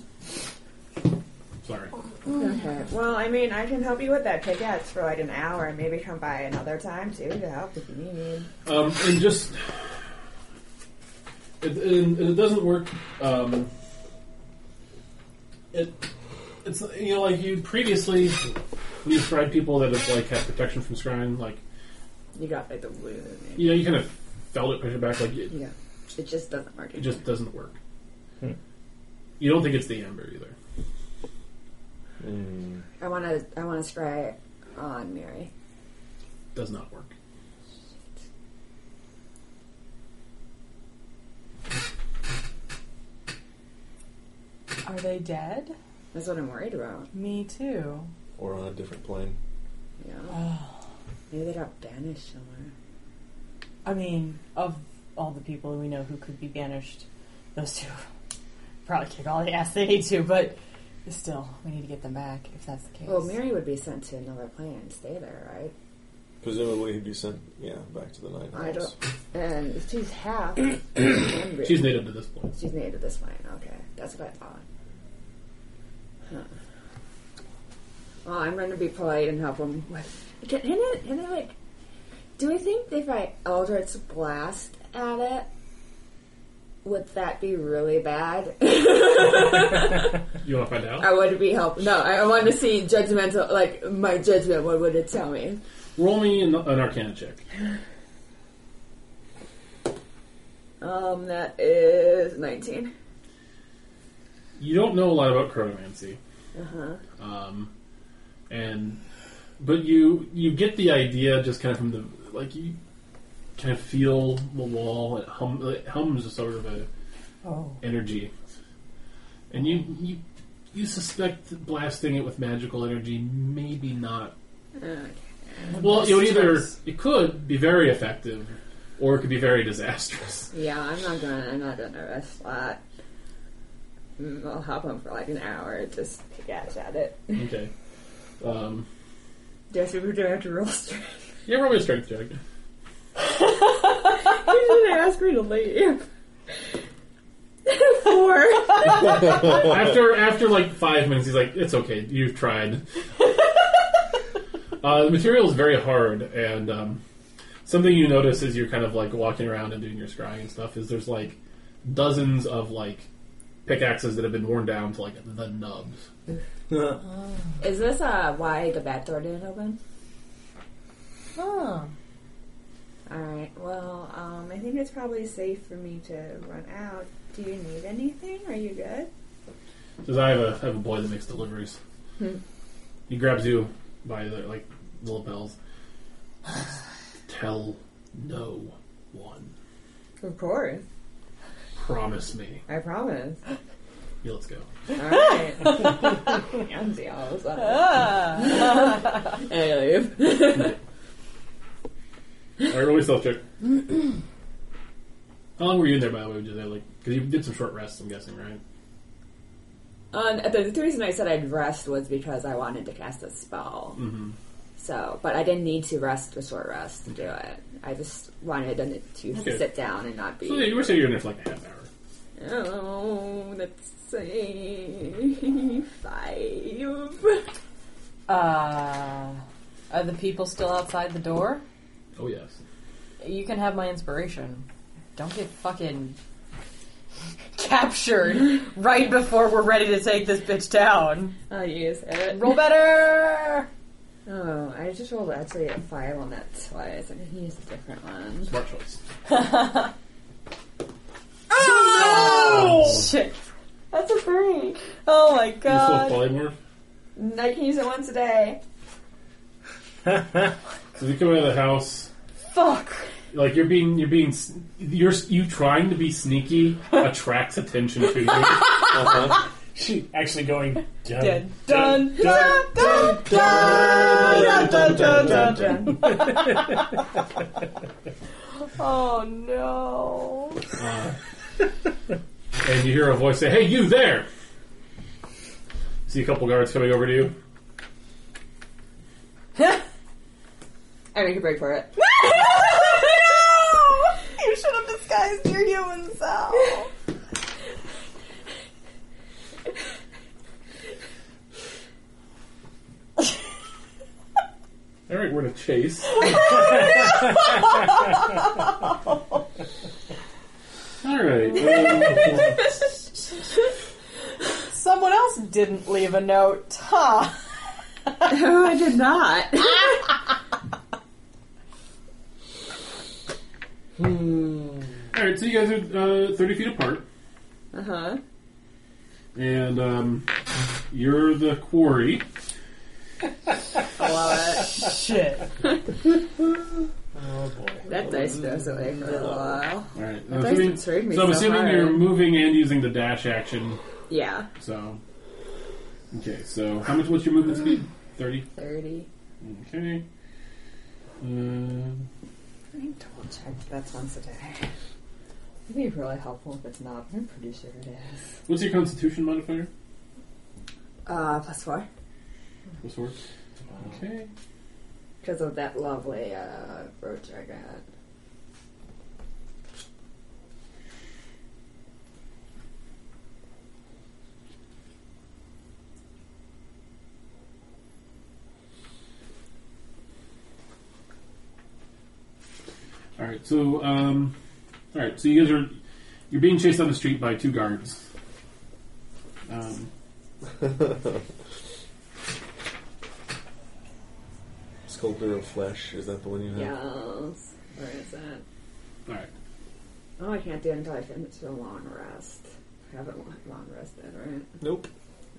C: Sorry.
E: Okay. Well, I mean, I can help you with that pickaxe for like an hour, and maybe come by another time too to help if you need.
C: Um, and just it, and, and it doesn't work. Um, it it's you know like you previously we've tried people that have like had protection from scrying. Like
E: You got like the wound.
C: you know you kind of felt it push it back. Like it,
E: Yeah. It just doesn't work.
C: it just doesn't work. Hmm. You don't think it's the amber either.
D: mm.
E: I want to. I want to scry on Mary.
C: Does not work.
A: Are they dead?
E: That's what I'm worried about.
A: Me too.
D: Or on a different plane.
E: Yeah. Maybe they got banished somewhere.
A: I mean, of all the people we know who could be banished, those two probably kick all the ass they need to, but
F: Still, we need to get them back if that's the case.
E: Well, Mary would be sent to another planet and stay there, right?
D: Presumably he'd be sent, yeah, back to the Night
E: I
D: House.
E: don't. And if she's half. Cambrian,
C: She's native to this place.
E: She's native to this planet. Okay, that's what I thought. Huh. Well, I'm going to be polite and help him with. Can, can, I, can I like? Do we think if I Eldritch blast at it, would that be really bad?
C: You want to find out?
E: I would be help. No, I want to see judgmental, like my judgment. What would it tell me?
C: Roll me an, an Arcana check.
E: Um, that is 19.
C: You don't know a lot about chronomancy.
E: Uh huh.
C: um, and but you you get the idea just kind of from the like you kind of feel the wall it, hum, it hums a sort of a
F: oh.
C: energy and you you you suspect that blasting it with magical energy maybe not
E: Okay.
C: well it would either it could be very effective or it could be very disastrous
E: Yeah, I'm not gonna. I'm not gonna rest that. Mm, I'll hop on for like an hour just to guess at it.
C: okay um,
E: Just we do I have to roll straight.
C: yeah roll me a strength check
E: they ask me to leave. Four.
C: after after like five minutes, he's like, "It's okay, you've tried." uh, the material is very hard, and um, something you notice as you're kind of like walking around and doing your scrying and stuff is there's like dozens of like pickaxes that have been worn down to like the nubs.
G: Is this uh, why the back door didn't open?
F: Huh.
E: All right. Well, um, I think it's probably safe for me to run out. Do you need anything? Are you good?
C: Says, "I have a I have a boy that makes deliveries."
E: Hmm.
C: He grabs you by the like little bells. Tell no one.
E: Of course.
C: Promise me.
E: I promise.
C: Yeah, let's go.
E: All right. Yancy all of a sudden. I
C: All
E: leave.
C: right, roll me a stealth check. How long were you in there, by the way? Did they like? Because you did some short rests, I'm guessing, right?
G: Um, the, the reason I said I'd rest was because I wanted to cast a spell.
C: Mm-hmm.
G: So, but I didn't need to rest a short rest to do it. I just wanted to
C: Okay.
G: sit down and not be.
C: So yeah, you were saying you were in there for like a half hour.
G: Oh, let's say five.
A: Uh, are the people still outside the door?
C: Oh yes.
A: You can have my inspiration. Don't get fucking captured right before we're ready to take this bitch down.
E: I'll use it.
A: Roll better.
E: Oh, I just rolled actually a five on that twice. I can use a different one.
C: Smart choice.
A: Shit.
E: That's a three.
A: Oh my
C: You still
A: god.
C: polymorph?
E: I can use it once a day.
C: So you come out of the house,
A: Fuck.
C: like you're being, you're being, s- you're s- you trying to be sneaky attracts attention to you.
D: Uh-huh.
H: She actually going dun,
A: Dead.
H: dun, dun,
A: Dun, dun, dun, dun, dun, dun. Oh no.
C: uh, and you hear a voice say, "Hey, you there!" See a couple guards coming over to you.
E: I make a break for it.
A: You should have disguised your human self.
C: All right, we're to chase.
E: Oh,
C: All right. um,
A: Someone else didn't leave a note, huh?
E: oh, I did not.
C: All right, so you guys are uh, thirty feet apart,
E: Uh huh.
C: and um, you're the quarry.
E: I love
A: Shit.
H: Oh boy.
E: it. That dice goes away for a little while.
C: All right.
E: That dice intrigued me
C: so I'm
E: so
C: assuming
E: hard.
C: you're moving and using the dash action.
E: Yeah.
C: So okay, so how much was your movement speed? Thirty.
E: 30.
C: Okay. Um
E: I double checked that that's once a day. It'd be really helpful if it's not, but I'm pretty sure it is.
C: what's your constitution modifier?
E: Uh, plus four.
C: This works. Okay.
E: Because of that lovely uh, brooch I got.
C: All right, so um, all right, so you guys are you're being chased down the street by two guards. Um,
D: Sculptor of Flesh, is that the one you have?
E: Yes. Where is that?
C: all right,
E: Oh, I can't do it until I finish the long rest. I haven't long- long rested, right?
D: Nope.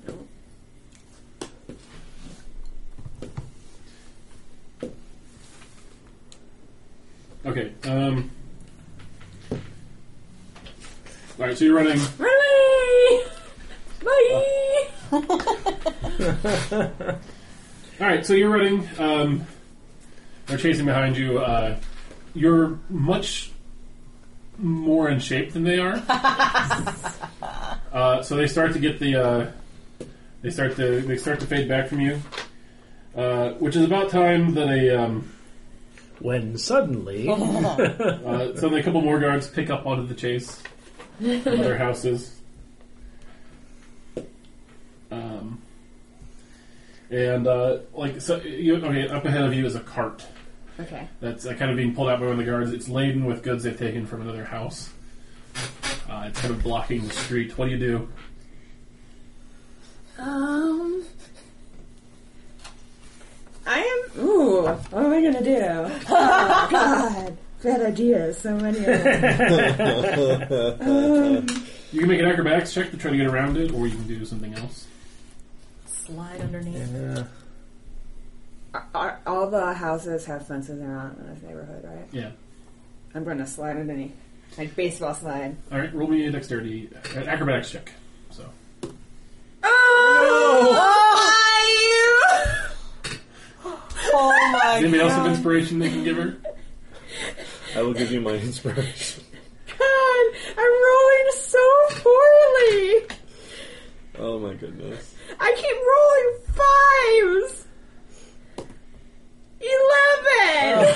E: No.
C: okay. Um, all right, so you're running.
E: Run away! Bye!
C: All right, so you're running. Um, they're chasing behind you. Uh, you're much more in shape than they are. uh, so they start to get the uh, they start to they start to fade back from you, uh, which is about time that a um,
B: When suddenly,
C: uh, suddenly a couple more guards pick up onto the chase from their houses. Um, and uh, like so, you, okay, up ahead of you is a cart.
E: Okay.
C: That's uh, kind of being pulled out by one of the guards. It's laden with goods they've taken from another house. Uh, it's kind of blocking the street. What do you do?
E: Um. I am. Ooh, what am I gonna do? Oh, God. Bad ideas, so many of them.
C: You can make an acrobatics check to try to get around it, or you can do something else.
F: Slide underneath.
B: yeah,
E: Are- are- All the houses have fences around in this neighborhood, right?
C: Yeah.
E: I'm gonna slide underneath. Like baseball slide.
C: All right, roll me a dexterity an acrobatics check. So
E: Oh!
F: Oh my
C: anybody else have inspiration they can give her?
D: I will give you my inspiration.
E: God, I'm rolling so poorly.
D: Oh my goodness.
E: I keep rolling fives.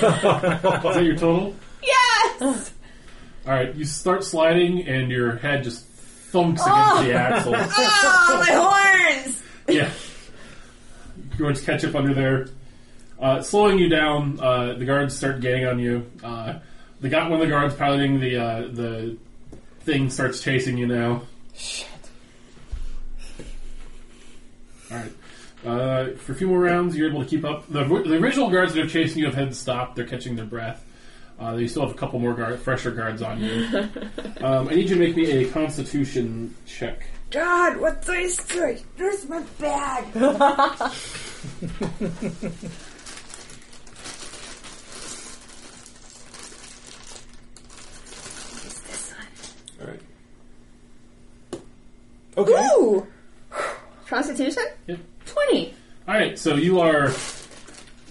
E: Eleven.
C: Is that your total?
E: Yes.
C: All right, you start sliding, and your head just thumps against the axles.
E: Oh, my horns.
C: Yeah. Your words catch up under there. Uh, slowing you down, uh, the guards start getting on you. Uh, the got one of the guards piloting the uh, the thing starts chasing you now. Shit. All right. Uh, for a few more rounds, you're able to keep up. The, the original guards that are chasing you have had stopped. They're catching their breath. Uh, you still have a couple more guard, fresher guards on you. um, I need you to make me a Constitution check.
E: God, what's I strike? There's my bag.
D: Alright.
E: Ooh. Constitution.
C: Yep.
E: Twenty.
C: All right, so you are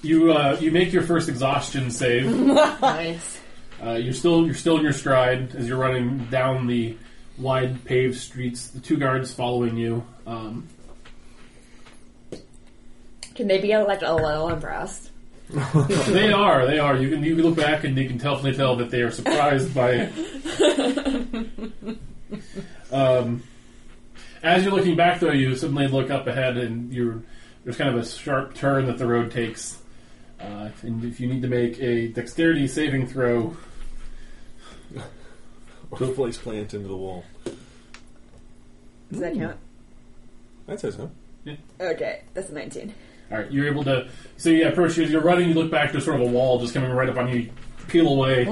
C: you uh, you make your first exhaustion save.
E: Nice.
C: Uh, you're still you're still in your stride as you're running down the wide paved streets. The two guards following you. Um,
E: Can they be uh, like a little impressed?
C: they are they are. You can you can look back and you can definitely tell that they are surprised by it. Um, as you're looking back, though, you suddenly look up ahead and you're there's kind of a sharp turn that the road takes. Uh, and if you need to make a dexterity saving throw.
D: Or place plant into the wall.
E: Does that count?
D: I'd say so.
E: Okay, that's a nineteen.
C: All right, you're able to. So yeah, first you're, you're running. You look back. There's sort of a wall just coming right up on you. you peel away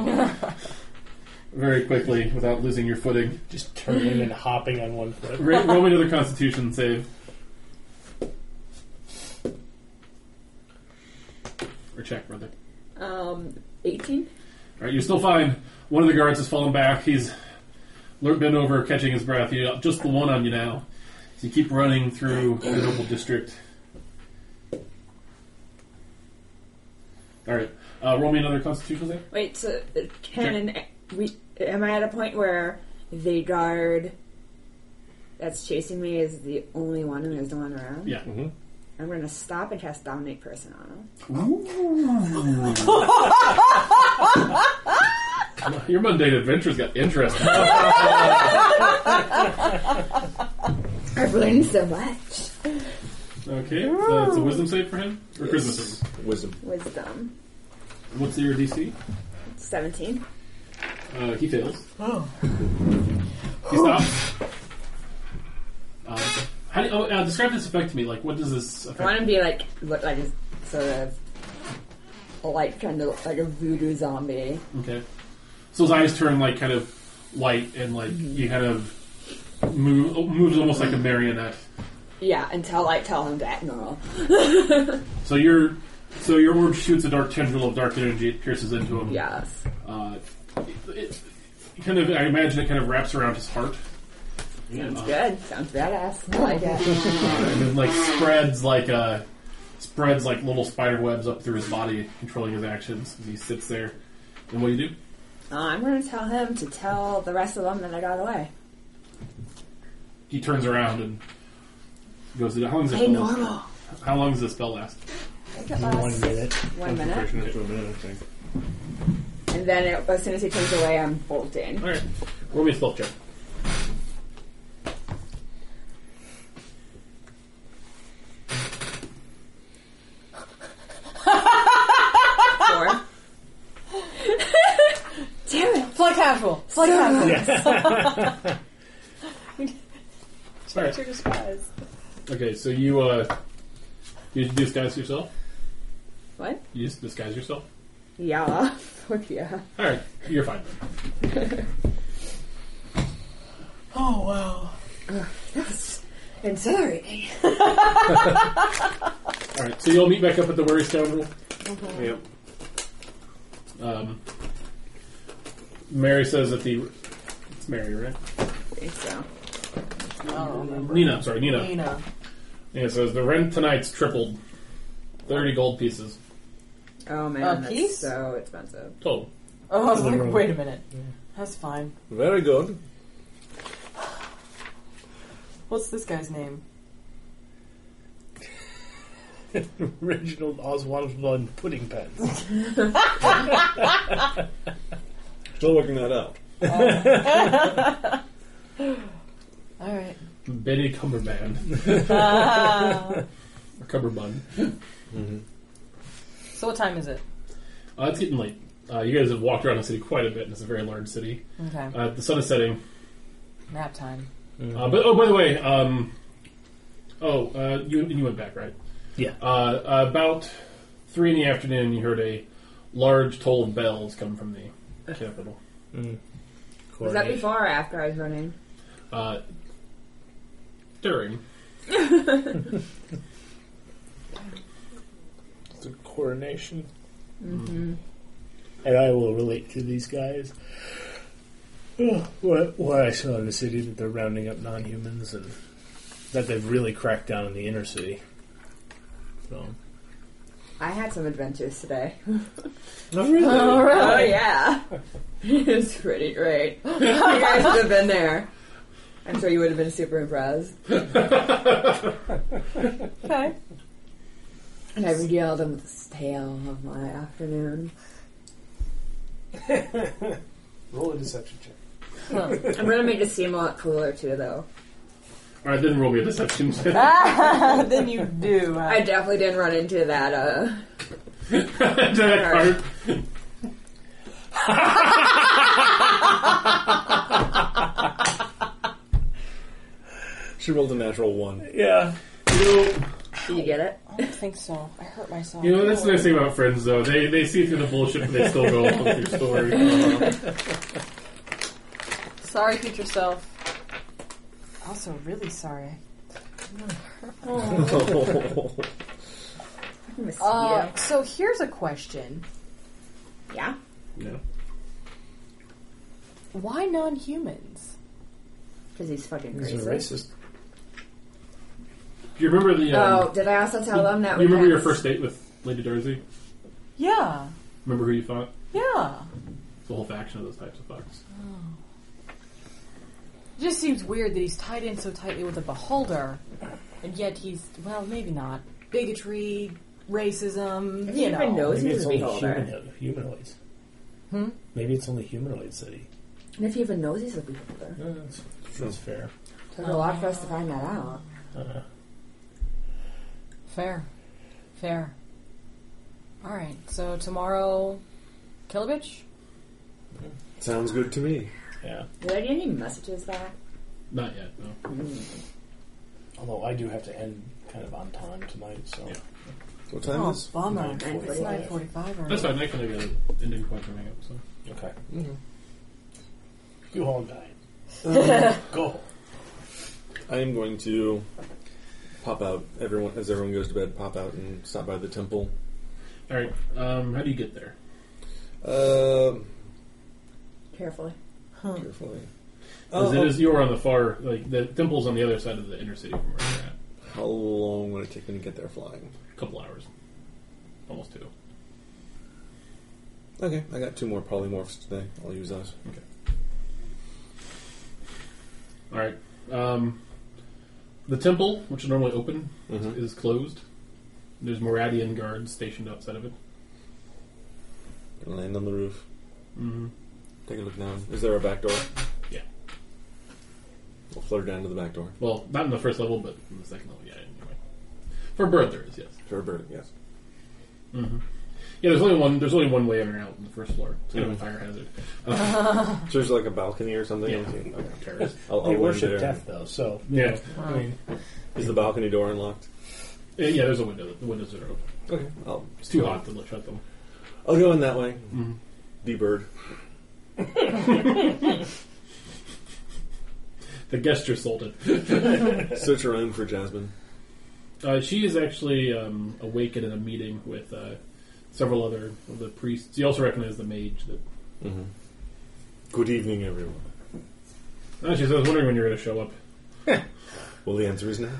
C: very quickly without losing your footing.
B: just turning and hopping on one foot.
C: Ra- roll me another Constitution save. Or check, brother.
E: Um, eighteen.
C: All right, you're still fine. One of the guards has fallen back. He's lur- bent over, catching his breath. You just the one on you now. So you keep running through the noble district. All right, uh, roll me another Constitution save.
E: Wait, so uh, can we? Am I at a point where the guard that's chasing me is the only one and there's no one around,
C: Yeah.
E: I'm going to stop and cast Dominate Person on him.
C: Your mundane adventures got interesting.
E: I've learned so much.
C: okay, so that's a wisdom save for him? Or charisma save?
D: Wisdom.
E: Wisdom.
C: What's your DC?
E: 17.
C: Uh, he fails. Oh. He stops. Uh, how do you, oh, uh, describe this effect to me. Like, what does this
E: I
C: affect?
E: want to be like, look like a sort of, like, kind of like a voodoo zombie.
C: Okay. So his eyes turn like kind of white, and like he kind of move, moves almost like a marionette.
E: Yeah, until I tell him to act normal.
C: So your so your orb shoots a dark tendril of dark energy. It pierces into him.
E: Yes.
C: Uh, it, it, it kind of, I imagine it kind of wraps around his heart.
E: Sounds
C: Uh,
E: good. Sounds badass. I like it.
C: and then like spreads like uh spreads like little spider webs up through his body, controlling his actions. And he sits there. And what do you do?
E: Uh, I'm going to tell him to tell the rest of them that I got away.
C: He turns around and goes. How long does this
E: Hey,
C: spell?
E: normal.
C: How long does this spell last?
E: Make it last
B: One minute.
E: one minute.
B: Concentration is for a minute, I think.
E: And then it, as soon as he turns away, I'm bolting.
C: All right, roll me a stealth check.
E: Four. Damn it.
F: Fly casual. Fly casual.
C: Sorry.
A: Your disguise.
C: Okay, so you uh, you disguise yourself.
E: What?
C: You just disguise yourself.
E: Yeah. Fuck yeah.
C: All right, you're fine. Then.
F: Oh wow.
E: Exhilarating.
C: All right, so you'll meet back up at the Wary Scoundrel.
A: Mm-hmm.
D: Yep.
C: Um, Mary says that the it's Mary, right?
E: Okay, so.
C: Nina, I'm sorry, Nina.
F: Nina.
C: Oh, Yeah, it says the rent tonight's tripled. 30 gold pieces
E: Oh man,
F: A
E: that's
F: piece?
E: so expensive.
C: total.
F: Oh, I was like, wait a minute. That's fine.
D: Very good.
F: What's this guy's name?
B: Reginald Oswald's Blood Pudding Pants.
D: Still working that out.
F: All right.
C: Betty Cumberband.
A: Ah.
C: or Cumberbund.
D: Mm-hmm.
F: So what time is it?
C: Uh, it's getting late. Uh, you guys have walked around the city quite a bit, and it's a very large city.
F: Okay.
C: Uh, the sun is setting.
F: Nap time.
C: Uh, but oh, by the way, um, oh, uh, you you went back right?
B: Yeah.
C: Uh, about three in the afternoon, you heard a large toll of bells come from the capital.
E: Was that before or after I was running?
C: Uh, during
B: The coronation. And I will relate to these guys. Ugh, What, what I saw in the city that they're rounding up non humans and that they've really cracked down in the inner city. So.
E: I had some adventures today.
B: really?
E: Oh yeah, it's pretty great. you guys would have been there. I'm sure you would have been super impressed.
F: Okay.
E: And I regaled him with this tale of my afternoon.
H: Roll a deception check.
E: I'm gonna make this seem a lot cooler too, though.
C: all right, then roll me a deception.
F: then you do. Uh,
E: I definitely didn't run into that. Uh,
C: to that card.
D: She rolled a natural one.
B: Yeah.
E: do you get it?
F: I don't think so. I hurt myself.
C: You know, that's the nice thing about friends, though. They they see through the bullshit, but they still go along with your story.
A: Sorry, future self.
F: Also, really sorry.
A: Uh,
E: Mosquito.
A: So here's a question:
E: Oh. yeah.
C: No.
A: Why non-humans?
E: Because he's fucking
B: He's a
E: crazy.
B: racist.
C: Do you remember the? Um,
E: Oh, did I also tell them that?
C: you
E: we
C: remember
E: had-
C: your first date with Lady Darcy?
F: Yeah.
C: Remember who you fought?
F: Yeah.
C: It's a whole faction of those types of fucks.
F: It just seems weird that he's tied in so tightly with a beholder, and yet he's well, maybe not bigotry, racism.
E: He
F: You know,
E: even knows
B: Maybe
E: he was
B: it's
E: a
B: only
E: beholder.
B: humano- humanoids. Maybe it's only humanoids that he.
E: And if he even knows he's a beholder,
B: Uh, that's, that's fair.
E: took a lot for us to find that out.
B: Uh,
F: fair, fair. All right, so tomorrow, Kilovich.
D: Sounds good to me.
B: yeah.
E: Did I get any messages back? Mm.
C: Not yet, no.
B: Although I do have to end kind of on time tonight, so.
C: Yeah.
D: What time
F: oh,
D: is?
F: bummer.
B: Nine
F: It's
E: forty-five.
F: nine forty-five already.
C: That's fine, I can get an ending point for up, so.
B: Okay.
D: Mhm.
B: Mm-hmm. You all died. Go.
D: I am going to pop out. Everyone, as everyone goes to bed, pop out and stop by the temple.
C: Alright, um, how do you get there?
D: Um
E: Carefully.
D: carefully.
C: Because
D: Uh,
C: it is, you are on the far, like, the temple's on the other side of the inner city from where you're at.
D: How long would it take me to get there flying?
C: A couple hours. Almost two.
D: Okay, I got two more polymorphs today. I'll use those.
C: Alright. Um, the temple, which is normally open,
D: Mhm.
C: is closed. There's Moradian guards stationed outside of it.
D: Gonna land on the roof.
C: Mm-hmm.
D: Take a look down. Is there a back door?
C: Yeah.
D: We'll flutter down to the back door.
C: Well, not in the first level, but in the second level, yeah, anyway. For bird, there is, yes.
D: Sure, bird. Yes.
C: Mm-hmm. Yeah, there's only one. There's only one way in and out on the first floor. It's kind of a
D: Mhm.
C: fire hazard.
D: So there's like a balcony or something.
C: Yeah.
D: Okay.
C: Terrorist.
D: I'll, I'll
B: They
D: land
B: worship
D: there.
B: death, though, so.
C: Yeah.
B: I mean,
D: Is the balcony door unlocked?
C: Uh, Yeah, there's a window. The windows are open.
D: Okay. I'll
C: It's too hot to shut them.
D: I'll go in that way. The bird.
C: The guests are salted.
D: Search around for Jasmine.
C: Uh, she is actually um, awake and in a meeting with uh, several other of the priests. You also recognize the mage. That
D: Mm-hmm. Good evening, everyone.
C: uh, she says, "I was wondering when you're going to show up."
D: Well, the answer is now.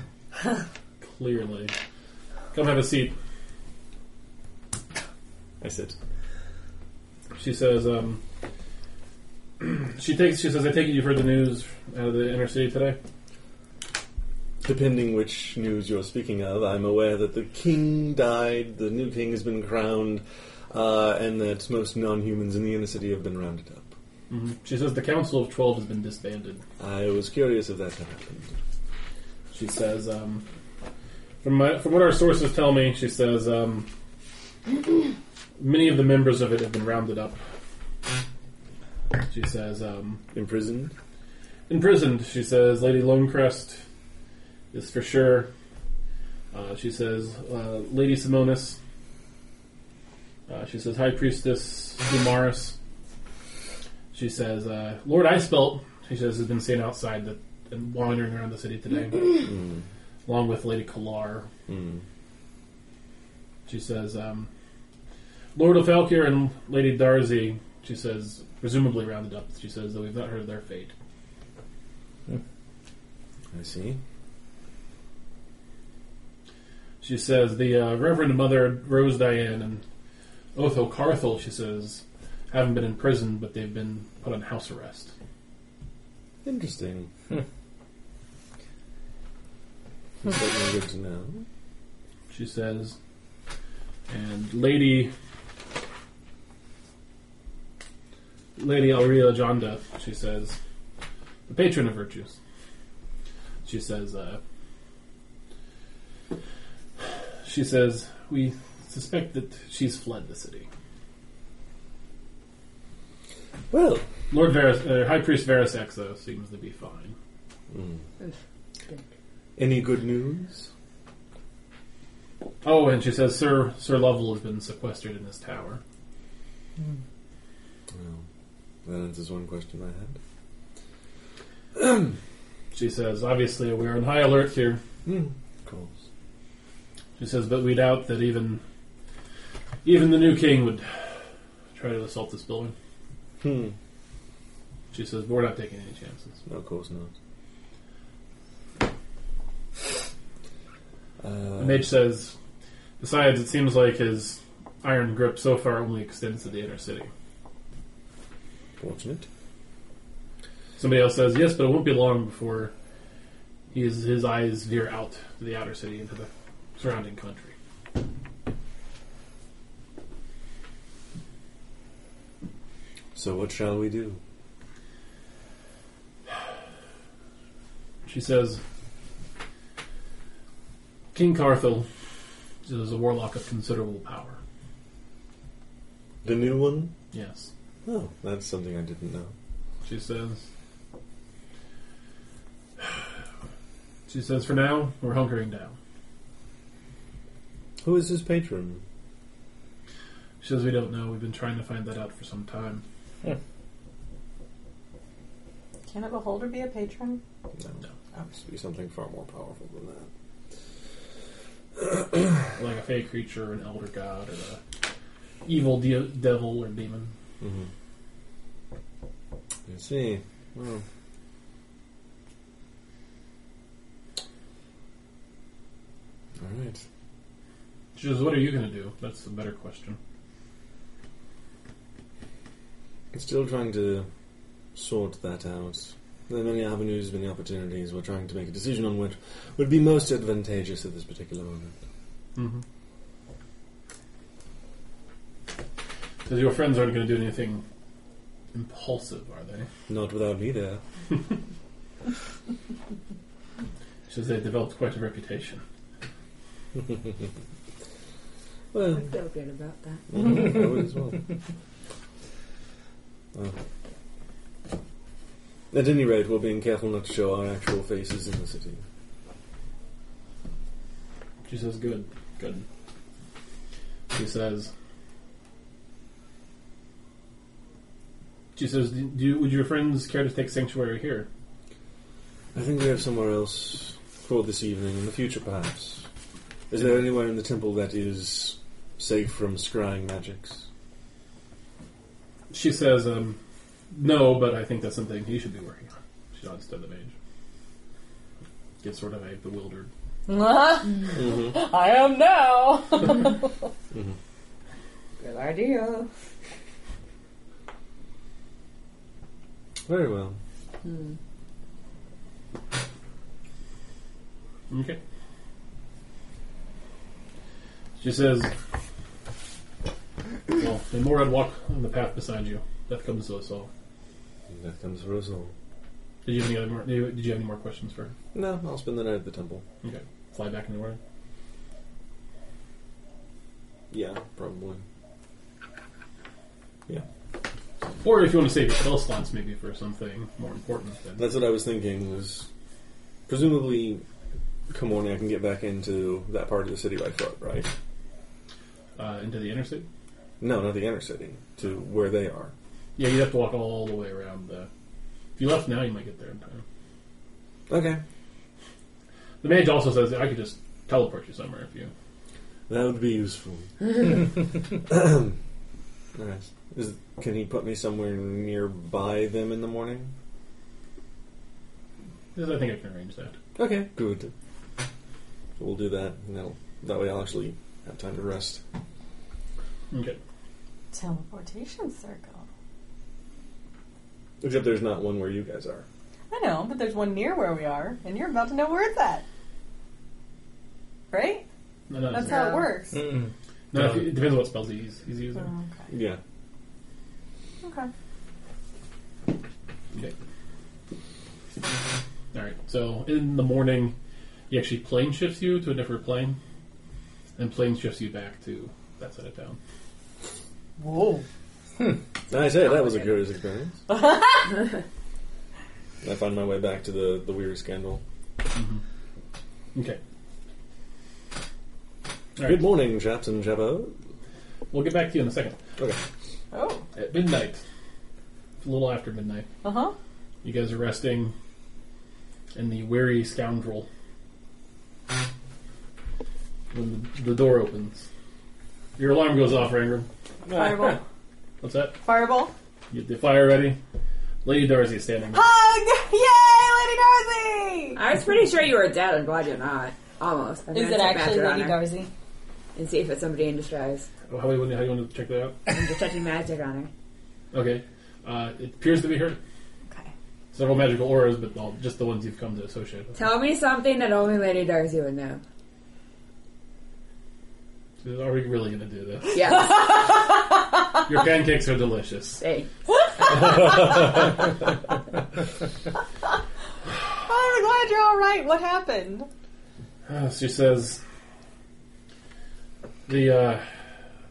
C: Clearly, come have a seat.
D: I said.
C: She says, um, "She takes." She says, "I take it you've heard the news out of the inner city today."
D: Depending which news you're speaking of, I'm aware that the king died, the new king has been crowned, uh, and that most non-humans in the inner city have been rounded up.
C: Mm-hmm. She says the Council of Twelve has been disbanded.
D: I was curious if that had happened.
C: She says, um, from, my, from what our sources tell me, she says, um, many of the members of it have been rounded up. She says, um,
D: Imprisoned?
C: imprisoned. She says, Lady Lonecrest is for sure. Uh, she says, uh, Lady Simonis. Uh, she says, High Priestess Dumaris. She says, uh, Lord Icebelt, she says, has been seen outside the, and wandering around the city today,
D: Hmm,
C: along with Lady Kalar. She says, um, Lord of Falkir and Lady Darzi, she says, presumably rounded up, she says, though we've not heard of their fate.
D: I see.
C: She says the uh, Reverend Mother Rose Diane and Otho Carthel. She says haven't been in prison, but they've been put on house arrest.
D: Interesting. Hmm. Certainly good to know.
C: She says, and Lady Lady Aurelia Jonda. She says the patron of virtues. She says. Uh, she says we suspect that she's fled the city.
D: Well,
C: Lord Varus, uh, High Priest Verisex, though, seems to be fine.
D: any good news?
C: Oh, and she says Sir Sir Lovell has been sequestered in this tower.
F: Hmm.
D: Well, that answers one question I had.
C: She says, obviously we're on high alert here.
D: Hmm, Of course.
C: She says, but we doubt that even even the new king would try to assault this building.
D: Hmm.
C: She says, we're not taking any chances.
D: No, of course not. Uh,
C: The mage says, besides, it seems like his iron grip so far only extends to the inner city.
D: Fortunate.
C: Somebody else says yes, but it won't be long before his his eyes veer out to the outer city into the surrounding country.
D: So what shall we do?
C: She says, "King Carthel is a warlock of considerable power.
D: The new one?
C: Yes,
D: Oh, that's something I didn't know.
C: She says. She says, for now, we're hunkering down.
D: Who is his patron?
C: She says, we don't know. We've been trying to find that out for some time.
A: Can a beholder be a patron?
D: No, no. Must uh, be something far more powerful than that.
C: Like a fey creature, an elder god, or a evil de- devil or demon.
D: Mm-hmm. I see. Well. All right.
C: She says, what are you going to do? That's the better question.
D: I'm Still trying to sort that out. There are many avenues, many opportunities. We're trying to make a decision on which would be most advantageous at this particular moment.
C: Mm-hmm. Says, your friends aren't going to do anything impulsive, are they?
D: Not without me there.
C: She says, they've developed quite a reputation.
D: Well,
E: I feel good about that.
D: I would as well. Well. At any rate, we're being careful not to show our actual faces in the city.
C: She says, Good, good. She says, She says, "Do you, Would your friends care to take sanctuary here?
D: I think we have somewhere else for this evening, in the future perhaps. Is there anywhere in the temple that is safe from scrying magics?
C: She says, um, No, but I think that's something he should be working on. She nods to the mage. Gets sort of a bewildered.
A: I
D: Mm-hmm.
A: am now.
E: Good idea.
D: Very well.
C: Okay. She says, Well, the more i walk on the path beside you, death comes to us all.
D: And that comes for us all.
C: Did you have any other more, did you- did you have any more questions for her?
D: No, I'll spend the night at the temple.
C: Okay. Fly back in the morning.
D: Yeah, probably.
C: Or if you want to save your spell slots maybe for something more important than
D: That's what I was thinking. Was presumably, come morning I can get back into that part of the city by foot, right?
C: uh, into the inner city.
D: No, not the inner city. To where they are.
C: Yeah, you'd have to walk all the way around the if you left now you might get there in time.
D: Okay,
C: The mage also says I could just teleport you somewhere if you
D: that would be useful. all right. Is, can he put me somewhere nearby them in the morning?
C: He says, I think I can arrange that.
D: Okay, good. So we'll do that, and that'll, that way I'll actually have time to rest.
C: Okay.
F: Teleportation circle.
D: Except there's not one where you guys are.
A: I know, but there's one near where we are, and you're about to know where it's at. Right?
C: No, no,
A: That's
C: no.
A: how it works.
B: Mm-mm.
C: No, if you- it depends on what spells he's, he's using.
A: Oh, okay.
D: Yeah.
A: Okay.
C: Okay. Alright, so in the morning he actually plane shifts you to a different plane and plane shifts you back to that side of town.
A: Whoa.
D: I say that was a curious experience. I find my way back to the the weird scandal.
C: Okay.
D: Good morning, chaps and chavos.
C: We'll get back to you in a second.
D: Okay.
A: Oh.
C: At midnight. It's a little after midnight.
A: Uh huh.
C: You guys are resting, and the wary scoundrel. When the, the door opens, your alarm goes off, Rangram.
A: Fireball.
C: What's that?
A: Fireball.
C: You get the fire ready. Lady Darcy is standing. there.
A: Hug! Yay, Lady Darcy!
E: I was pretty sure you were dead. I'm glad you're not. Almost. I'm
A: Is
E: gonna
A: it
E: take
A: actually
E: magic on
A: Lady
E: her
A: Darcy?
E: And see if it's somebody in disguise.
C: Oh, How do you, how do you want to check that out?
E: I'm detecting magic on her.
C: Okay. Uh, it appears to be her.
F: Okay.
C: several magical auras, but all, just the ones you've come to associate with.
E: Tell me something that only Lady Darcy would know.
C: Are we really going to do this?
E: Yes.
C: Your pancakes are delicious.
E: Hey.
A: Oh, I'm glad you're all right. What happened?
C: Uh, she says, the, uh,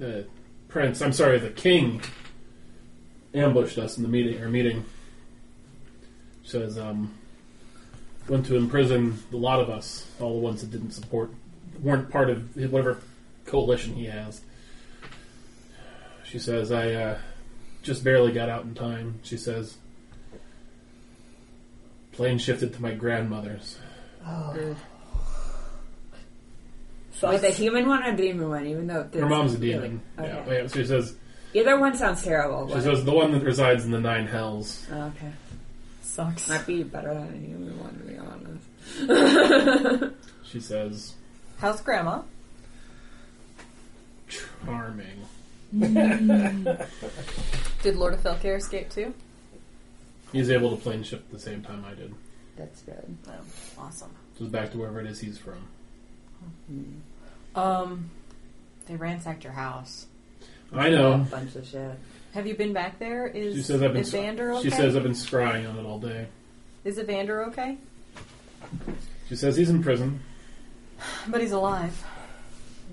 C: the prince, I'm sorry, the king ambushed us in the meeting, our meeting. She says, um, went to imprison a lot of us, all the ones that didn't support, weren't part of whatever coalition he has. She says, I, uh, just barely got out in time. She says, plane shifted to my grandmother's.
E: With a human one or demon one, even though
C: Her mom's a demon.
E: Really? Oh,
C: Yeah. Oh,
E: Okay.
C: yeah. She says
E: Either one sounds terrible.
C: she
E: but-
C: says the one that resides in the nine hells.
E: Oh, okay.
F: Sucks.
E: Might be better than a human one, to be honest.
C: She says
A: How's Grandma?
C: charming.
A: Did Lord of Felcare escape too?
C: He's able to plane shift at the same time I did.
E: That's good.
F: Oh, awesome.
C: So it's back to wherever it is he's from.
F: Um, they ransacked your house.
C: I know.
E: Bunch of shit.
A: Have you been back there? Is
C: She says I've been.
A: is Vander okay?
C: She says I've been scrying on it all day.
A: is Evander okay?
C: She says he's in prison,
F: But he's alive.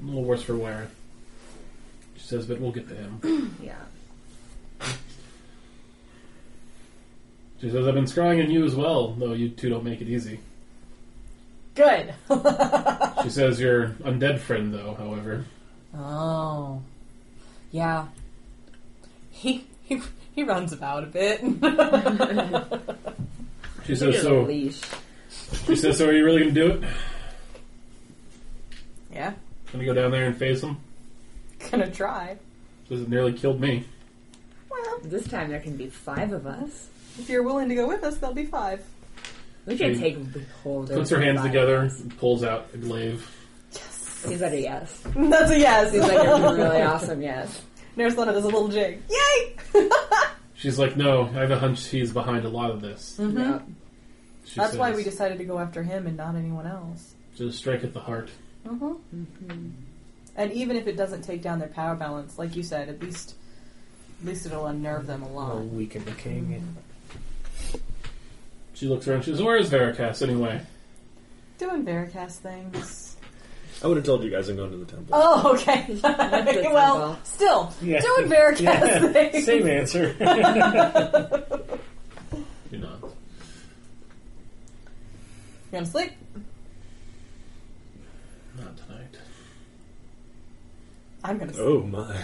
C: a little worse for wear. She says, but we'll get to him.
E: Yeah.
C: She says I've been scrying on you as well, though you two don't make it easy.
F: Good.
C: She says your undead friend, though, however,
F: Oh, yeah.
A: He he, he runs about a bit.
C: she
E: Give
C: says
E: it a
C: so.
E: leash.
C: She says so. Are you really gonna do it?
F: Yeah.
C: Gonna go down there and face him?
A: Gonna try.
C: Says it nearly killed me.
A: Well,
E: This time there can be five of us.
A: if you're willing to go with us, there'll be five.
E: We can
C: She
E: take hold
C: Puts her hands together, and pulls out a glaive.
E: He's like a yes.
A: That's a yes.
E: He's like a really awesome yes.
A: Nurse Lena does a little jig. Yay!
C: She's like, "No, I have a hunch he's behind a lot of this."
A: Mm-hmm.
E: Yep.
C: She
F: That's why
C: says,
F: we decided to go after him and not anyone else.
C: just strike at the heart.
A: Mm-hmm. And even if it doesn't take down their power balance, like you said, at least at least it'll unnerve them a lot.
B: I'll weaken the king.
C: She looks around. She says, "Where is Veracast anyway?"
A: Doing Veracast things.
D: I would have told you guys I'm going to the temple.
A: Oh, okay.
E: Good
A: well,
E: temple.
A: still
B: Yeah.
A: doing Veracast
B: Yeah.
A: things.
B: Same answer.
C: You're not.
A: You gonna sleep?
C: Not tonight.
A: I'm gonna sleep.
D: Oh my!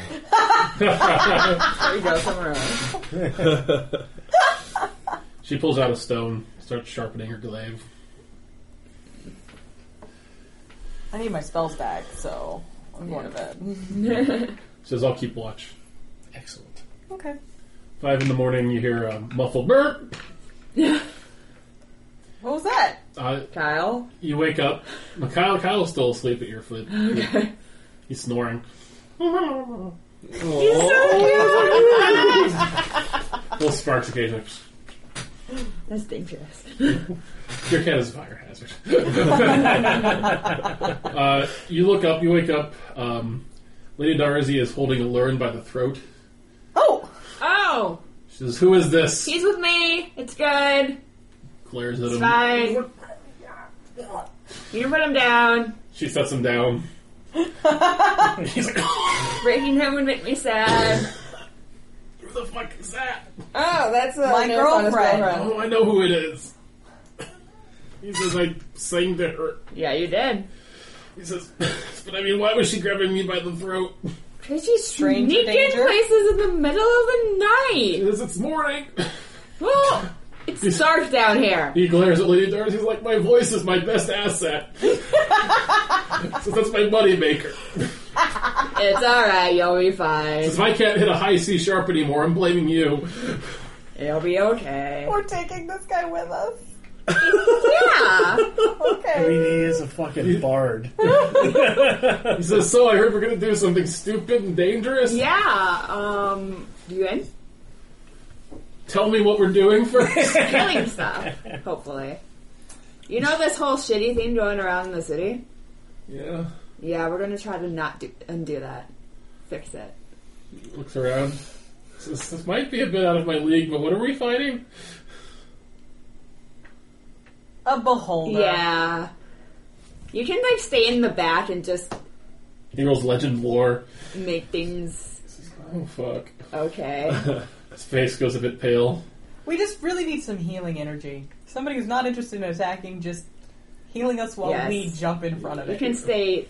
E: There you go, somewhere else.
C: She pulls out a stone, starts sharpening her glaive.
A: I need my spells back, so I'm going to bed.
C: Says, "I'll keep watch."
B: Excellent.
A: Okay.
C: Five in the morning, you hear a muffled burp.
A: What was that?
C: Uh,
E: Kyle?
C: you wake up. Kyle, Kyle's still asleep at your foot. He's snoring. Oh. Little sparks occasionally.
E: That's dangerous.
C: Your cat is a fire hazard. uh, you look up, you wake up. Um, Lady Darzi is holding a Lurin by the throat.
A: Oh!
E: Oh!
C: She says, Who is this?
E: He's with me! It's good!
C: Glares at
E: It's
C: him.
E: fine. You can put him down.
C: She sets him down. He's like,
E: Breaking him would make me sad.
C: Who the fuck is that?
E: Oh, that's a
A: My
E: note on his
A: girlfriend.
C: Oh, I know who it is. He says, I sang to her.
E: Yeah, you did.
C: He says, But I mean, why was she grabbing me by the throat?
E: Cause she's
A: Stranger
E: sneak in
A: danger?
E: places in the middle of the
C: He
E: night.
C: says, It's morning.
E: Well, it's dark down here.
C: He glares at Lady Darcy. He's like, my voice is my best asset. so that's my money maker.
E: It's alright, you'll be fine.
C: If I can't hit a high C sharp anymore, I'm blaming you.
E: It'll be okay.
A: We're taking this guy with us.
E: Yeah.
B: I mean,
A: Okay.
B: he is a fucking bard.
C: He says, so I heard we're going to do something stupid and dangerous.
E: Yeah. Um. You in?
C: tell me what we're doing first.
E: killing stuff, hopefully. You know this whole shitty thing going around in the city?
D: Yeah.
E: Yeah, we're gonna try to not do, undo that. Fix it.
C: Looks around. This, this might be a bit out of my league, but what are we fighting?
A: A beholder.
E: Yeah. You can like stay in the back and just
C: He rolls legend lore.
E: make things
C: Oh fuck.
E: okay.
C: His face goes a bit pale.
A: We just really need some healing energy. Somebody who's not interested in attacking, just healing us while
E: Yes.
A: we jump in front of
E: You
A: it.
E: can stay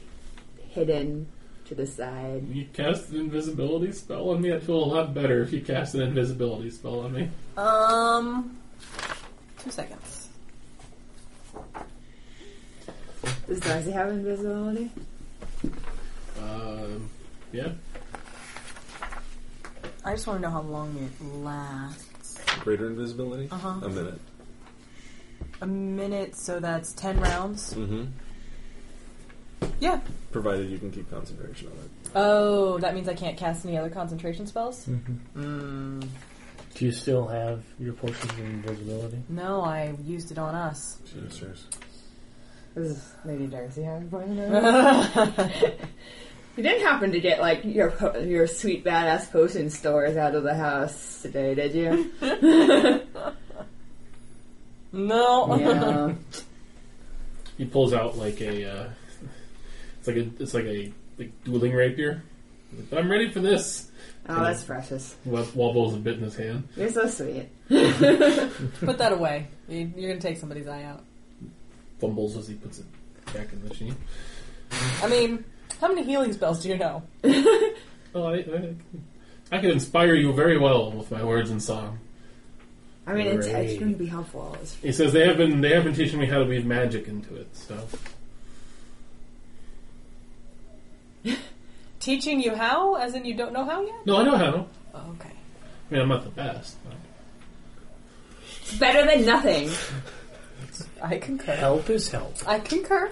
E: hidden to the side.
C: You cast an invisibility spell on me. I'd feel a lot better if you cast an invisibility spell on me.
A: Um, two seconds.
E: Does Darcy have invisibility?
C: Um, yeah.
F: I just want to know how long it lasts.
D: Greater invisibility?
F: Uh-huh.
D: A minute.
F: A minute, so that's ten rounds.
D: Mm-hmm.
A: Yeah.
D: Provided you can keep concentration on it.
A: Oh, that means I can't cast any other concentration spells?
B: Do you still have your portion of invisibility?
F: No, I used it on us.
D: Jesus.
E: Does Lady Darcy have invisibility? you didn't happen to get like your po- your sweet badass potion stores out of the house today, did you?
A: No.
E: Yeah.
C: He pulls out like a. Uh, it's like a. It's like a like dueling rapier. But I'm ready for this.
E: Oh, that's precious.
C: Wa- Wobbles a bit in his hand.
E: You're so sweet.
A: Put that away. You- You're going to take somebody's eye out.
C: Fumbles as he puts it back in the machine.
A: I mean, how many healing spells do you know?
C: Oh, I, I, I can inspire you very well with my words and song.
E: I mean, it's, it's
B: Great.
E: going to be helpful. It's-
C: He says they have been they have been teaching me how to weave magic into it. So
A: Teaching you how, as in you don't know how yet?
C: no, I know how.
A: Oh, okay.
C: I mean, I'm not the best. but-
E: It's better than nothing.
A: I concur.
B: Help is help.
A: I concur.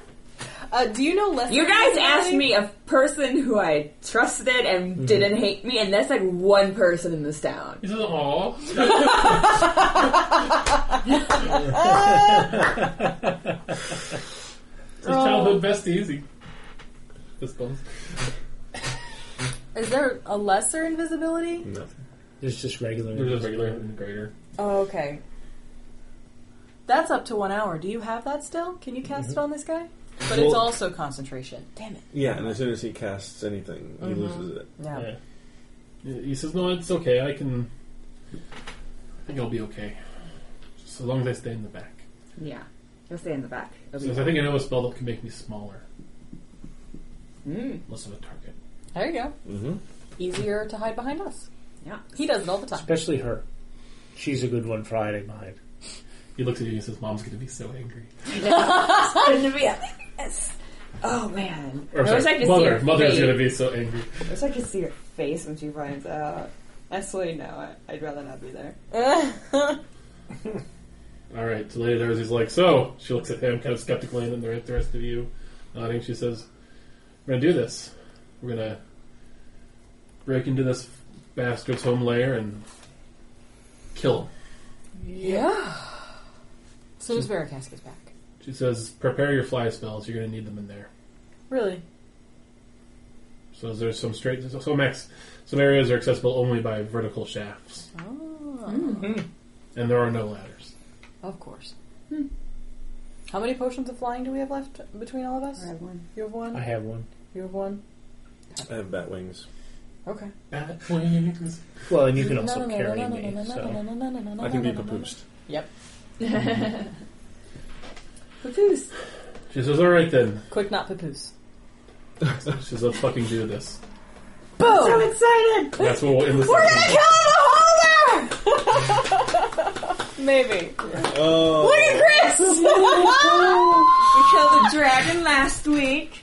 A: Uh, do you know less?
E: You guys asked me a person who I trusted and didn't hate me, and that's like one person in this town.
C: He says, "Aw." His childhood besties. He fist bumps.
A: Is there a lesser invisibility?
D: No.
B: There's just
C: They're
B: regular.
C: just regular and greater.
A: Oh, okay.
F: That's up to one hour. Do you have that still? Can you
C: Mm-hmm.
F: cast it on this guy? But it's
D: Well-
F: also concentration. Damn it.
D: Yeah, and as soon as he casts anything, he
A: Mm-hmm.
D: loses it.
F: No.
C: Yeah. He says, "No, it's okay. I can. I think I'll be okay, Just so long as I stay in the back."
E: Yeah. You'll stay in the back.
C: He says, "I think I know a spell that can make me smaller,
E: Mm.
C: less of a target."
A: There you go.
D: Mm-hmm.
A: Easier to hide behind us.
E: Yeah.
A: He does it all the time.
B: Especially her. She's a good one for hiding behind.
C: He looks at you and says, "Mom's going to be so angry."
E: Couldn't be yes. Oh man.
C: Or,
E: I wish I
C: sorry,
E: could see
C: mother,
E: her
C: mother's
E: face.
C: going to be so angry.
E: I wish I could see her face when she finds out. I swear no, I, I'd rather not be there.
C: All right, so Lady Darcy's like, so she looks at him kind of skeptically, and then the the rest of you nodding. She says, "We're gonna do this. We're gonna break into this bastard's home lair and kill him."
F: Yeah. As soon as Veracast gets back.
C: She says, "Prepare your fly spells. You're gonna need them in there."
A: Really?
C: So is there some straight? So Max, some areas are accessible only by vertical shafts,
E: Oh.
A: Hmm.
C: and there are no ladders.
F: Of course.
A: Hmm. How many potions of flying do we have left between all of us?
E: one.
A: You have
B: I
A: one.
B: have one.
A: You have one.
D: I have bat wings.
A: Okay.
C: Bat wings.
B: Well, and you can also carry me. So
D: I can be papoosed.
E: Papoose.
C: She says, "All right then."
A: Quick, not papoose.
C: She says, "Let's fucking do this."
E: I'm so excited.
C: That's what we'll end this. session.
A: Maybe.
D: Oh!
E: We killed a dragon last week.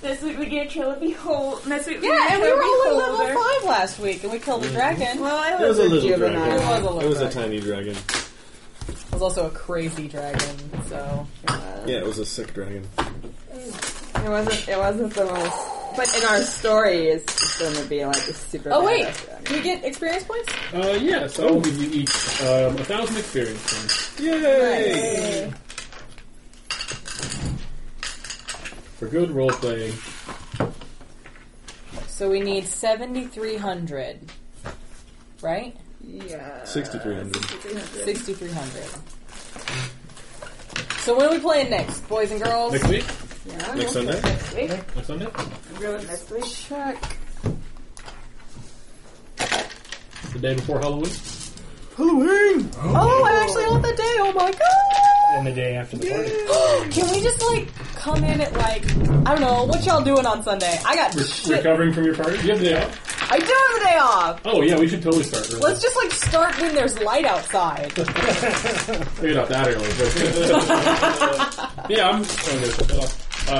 E: This week we get to kill a behold. Next week we
A: Yeah, and we were only
E: all
A: level five last week, and we killed a dragon.
E: Well, I
D: It was a little
E: juvenile.
D: dragon.
A: It was a little
D: It was a
A: dragon.
D: tiny dragon.
A: It was also a crazy dragon, so
D: Yeah, it was a sick dragon.
E: It wasn't. It wasn't the most. But in our story, it's going to be like a super.
A: Oh, wait.
E: badass dragon.
A: Do you get experience points?
C: Uh, yeah, so I'll give you each um, a thousand experience points
A: Yay!
C: for good role playing.
A: So we need 7,300. Right?
E: Yeah.
D: 6,300.
E: 6,300.
A: 6,300. So when are we playing next, boys and girls?
C: Next week?
E: Yeah.
D: Next Sunday?
E: Wait,
C: Next Sunday?
E: really next week?
A: Check.
C: The day before Halloween?
A: Oh, I actually on that day. Oh my god!
H: And the day after the party.
A: Can we just like come in at like I don't know what y'all doing on Sunday? I got shit.
C: Recovering from your party? Do you have the day off?
A: I do have the day off.
C: Oh, yeah, we should totally start early.
A: Let's just like start when there's light outside.
C: Maybe not that early, but. yeah, I'm. I'm gonna set that off.